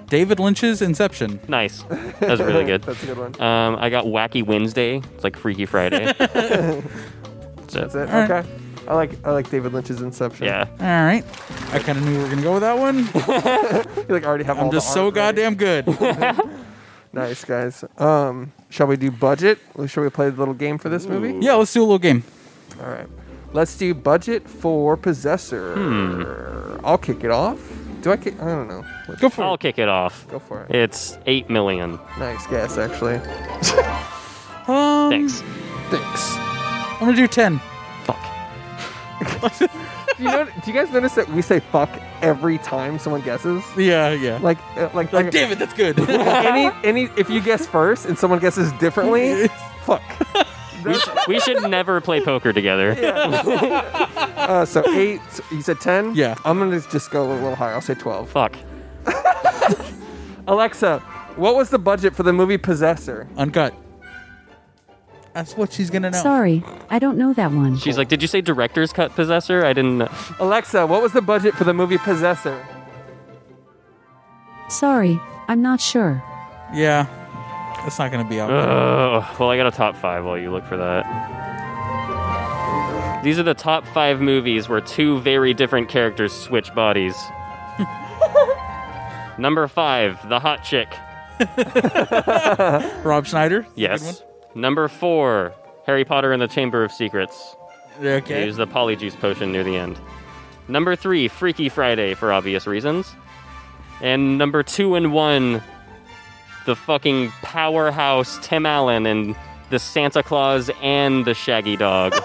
[SPEAKER 3] David Lynch's Inception.
[SPEAKER 2] Nice. That was really good.
[SPEAKER 1] That's a good one.
[SPEAKER 2] Um, I got Wacky Wednesday. It's like Freaky Friday. That's it.
[SPEAKER 1] That's it.
[SPEAKER 3] All right.
[SPEAKER 1] Okay. I like I like David Lynch's Inception.
[SPEAKER 2] Yeah.
[SPEAKER 3] All right. I kind of knew we were going to go with that one.
[SPEAKER 1] I feel like I already have all
[SPEAKER 3] I'm
[SPEAKER 1] the
[SPEAKER 3] just so
[SPEAKER 1] art ready.
[SPEAKER 3] goddamn good.
[SPEAKER 1] nice guys. Um, Shall we do budget? Or Shall we play the little game for this movie?
[SPEAKER 3] Yeah, let's do a little game.
[SPEAKER 1] All right. Let's do budget for Possessor. I'll kick it off. Do I kick? I don't know. What-
[SPEAKER 3] Go for
[SPEAKER 2] I'll
[SPEAKER 3] it.
[SPEAKER 2] kick it off.
[SPEAKER 1] Go for it.
[SPEAKER 2] It's eight million.
[SPEAKER 1] Nice guess, actually.
[SPEAKER 3] Um,
[SPEAKER 2] Thanks.
[SPEAKER 1] Thanks.
[SPEAKER 3] I'm gonna do ten.
[SPEAKER 2] Fuck.
[SPEAKER 1] do, you know, do you guys notice that we say fuck every time someone guesses?
[SPEAKER 3] Yeah, yeah. Like,
[SPEAKER 1] Like, uh, like, like
[SPEAKER 3] damn it, that's good.
[SPEAKER 1] any, any, if you guess first and someone guesses differently, fuck.
[SPEAKER 2] We, sh- we should never play poker together.
[SPEAKER 1] Uh, so eight. You said ten.
[SPEAKER 3] Yeah.
[SPEAKER 1] I'm gonna just go a little higher. I'll say twelve.
[SPEAKER 2] Fuck.
[SPEAKER 1] Alexa, what was the budget for the movie Possessor?
[SPEAKER 3] Uncut. That's what she's gonna know.
[SPEAKER 5] Sorry, I don't know that one.
[SPEAKER 2] She's like, did you say director's cut possessor? I didn't. know."
[SPEAKER 1] Alexa, what was the budget for the movie Possessor?
[SPEAKER 5] Sorry, I'm not sure.
[SPEAKER 3] Yeah, that's not gonna be
[SPEAKER 2] Uh,
[SPEAKER 3] out.
[SPEAKER 2] Ugh. well, I got a top five while you look for that. These are the top five movies where two very different characters switch bodies. Number five, the hot chick.
[SPEAKER 3] Rob Schneider. Is that a
[SPEAKER 2] Yes. Number four, Harry Potter and the Chamber of Secrets.
[SPEAKER 3] good one? Okay.
[SPEAKER 2] Use the polyjuice potion near the end. Number three, Freaky Friday for obvious reasons. And number two and one, the fucking powerhouse Tim Allen and the Santa Claus and the Shaggy Dog.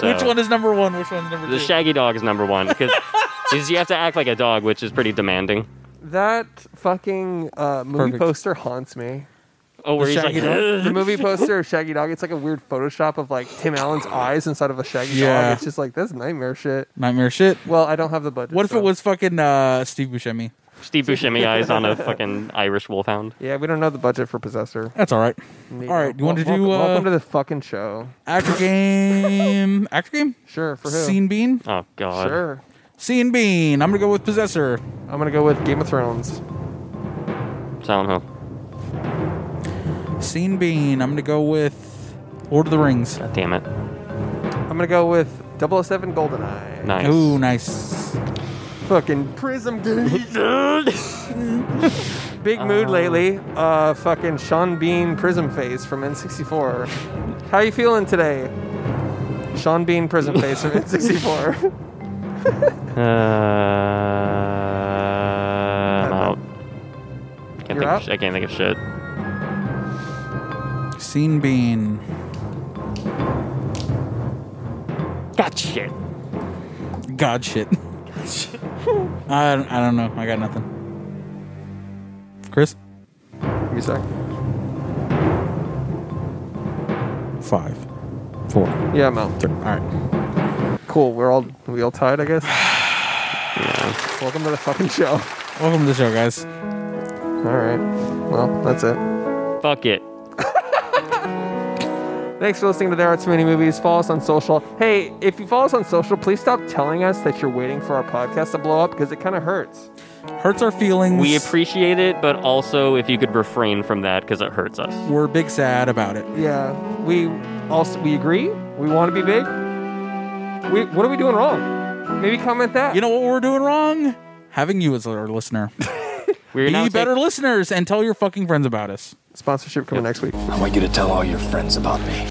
[SPEAKER 2] So,
[SPEAKER 3] Which one is number one? Which one's number
[SPEAKER 2] The
[SPEAKER 3] two?
[SPEAKER 2] Shaggy Dog is number one because you have to act like a dog, which is pretty demanding.
[SPEAKER 1] That fucking uh, movie
[SPEAKER 3] Perfect.
[SPEAKER 1] poster haunts me.
[SPEAKER 2] Oh, where
[SPEAKER 3] The
[SPEAKER 2] he's
[SPEAKER 3] Shaggy
[SPEAKER 2] like,
[SPEAKER 3] Dog?
[SPEAKER 1] The movie poster of Shaggy Dog, it's like a weird Photoshop of like Tim Allen's eyes inside of a Shaggy
[SPEAKER 3] Yeah.
[SPEAKER 1] Dog. It's just like, that's nightmare shit.
[SPEAKER 3] Nightmare shit.
[SPEAKER 1] Well, I don't have the budget.
[SPEAKER 3] What if
[SPEAKER 1] so-
[SPEAKER 3] it was fucking uh, Steve Buscemi?
[SPEAKER 2] Steve Buscemi eyes on a fucking Irish wolfhound.
[SPEAKER 1] Yeah, we don't know the budget for Possessor.
[SPEAKER 3] That's all right.
[SPEAKER 1] Neither.
[SPEAKER 3] All right, you want to
[SPEAKER 1] Wel-
[SPEAKER 3] do
[SPEAKER 1] welcome, welcome to
[SPEAKER 3] uh,
[SPEAKER 1] the fucking show.
[SPEAKER 3] actor game? Actor game?
[SPEAKER 1] Sure, for who?
[SPEAKER 3] Scene Bean.
[SPEAKER 2] Oh, God.
[SPEAKER 1] Sure.
[SPEAKER 3] Scene Bean. I'm gonna go with Possessor.
[SPEAKER 1] I'm gonna go with Game of Thrones.
[SPEAKER 2] Sound, huh?
[SPEAKER 3] Scene Bean. I'm gonna go with Lord of the Rings.
[SPEAKER 2] God damn it.
[SPEAKER 1] I'm gonna go with 007 GoldenEye.
[SPEAKER 2] Nice.
[SPEAKER 3] Ooh, nice.
[SPEAKER 1] Fucking Prism Game. Big mood lately. Uh, fucking Sean Bean Prism Face from N64. How you feeling today? Sean Bean Prism Face from N64.
[SPEAKER 2] Uh, I'm out. Can't
[SPEAKER 1] You're
[SPEAKER 2] think
[SPEAKER 1] out?
[SPEAKER 2] Of sh- I can't think of shit.
[SPEAKER 3] Scene Bean.
[SPEAKER 2] Got shit.
[SPEAKER 3] God shit. I, don't- I don't know. I got nothing. Chris?
[SPEAKER 1] Give me a sec.
[SPEAKER 3] Five. Four.
[SPEAKER 1] Yeah, I'm out.
[SPEAKER 3] Three. All right.
[SPEAKER 1] Cool. We're all we all tied, I guess.
[SPEAKER 2] Yeah.
[SPEAKER 1] Welcome to the fucking show.
[SPEAKER 3] Welcome to the show, guys.
[SPEAKER 1] All right. Well, that's it.
[SPEAKER 2] Fuck it.
[SPEAKER 1] Thanks for listening to There Are Too Many Movies. Follow us on social. Hey, if you follow us on social, please stop telling us that you're waiting for our podcast to blow up because it kind of hurts.
[SPEAKER 3] Hurts our feelings.
[SPEAKER 2] We appreciate it, but also if you could refrain from that because it hurts us.
[SPEAKER 3] We're big sad about it.
[SPEAKER 1] Yeah, we also we agree. We want to be big. We what are we doing wrong? Maybe comment that.
[SPEAKER 3] You know what we're doing wrong? Having you as our listener.
[SPEAKER 2] We're
[SPEAKER 3] Be
[SPEAKER 2] now take-
[SPEAKER 3] better listeners and tell your fucking friends about us.
[SPEAKER 1] sponsorship coming next week.
[SPEAKER 6] I want you to tell all your friends about me.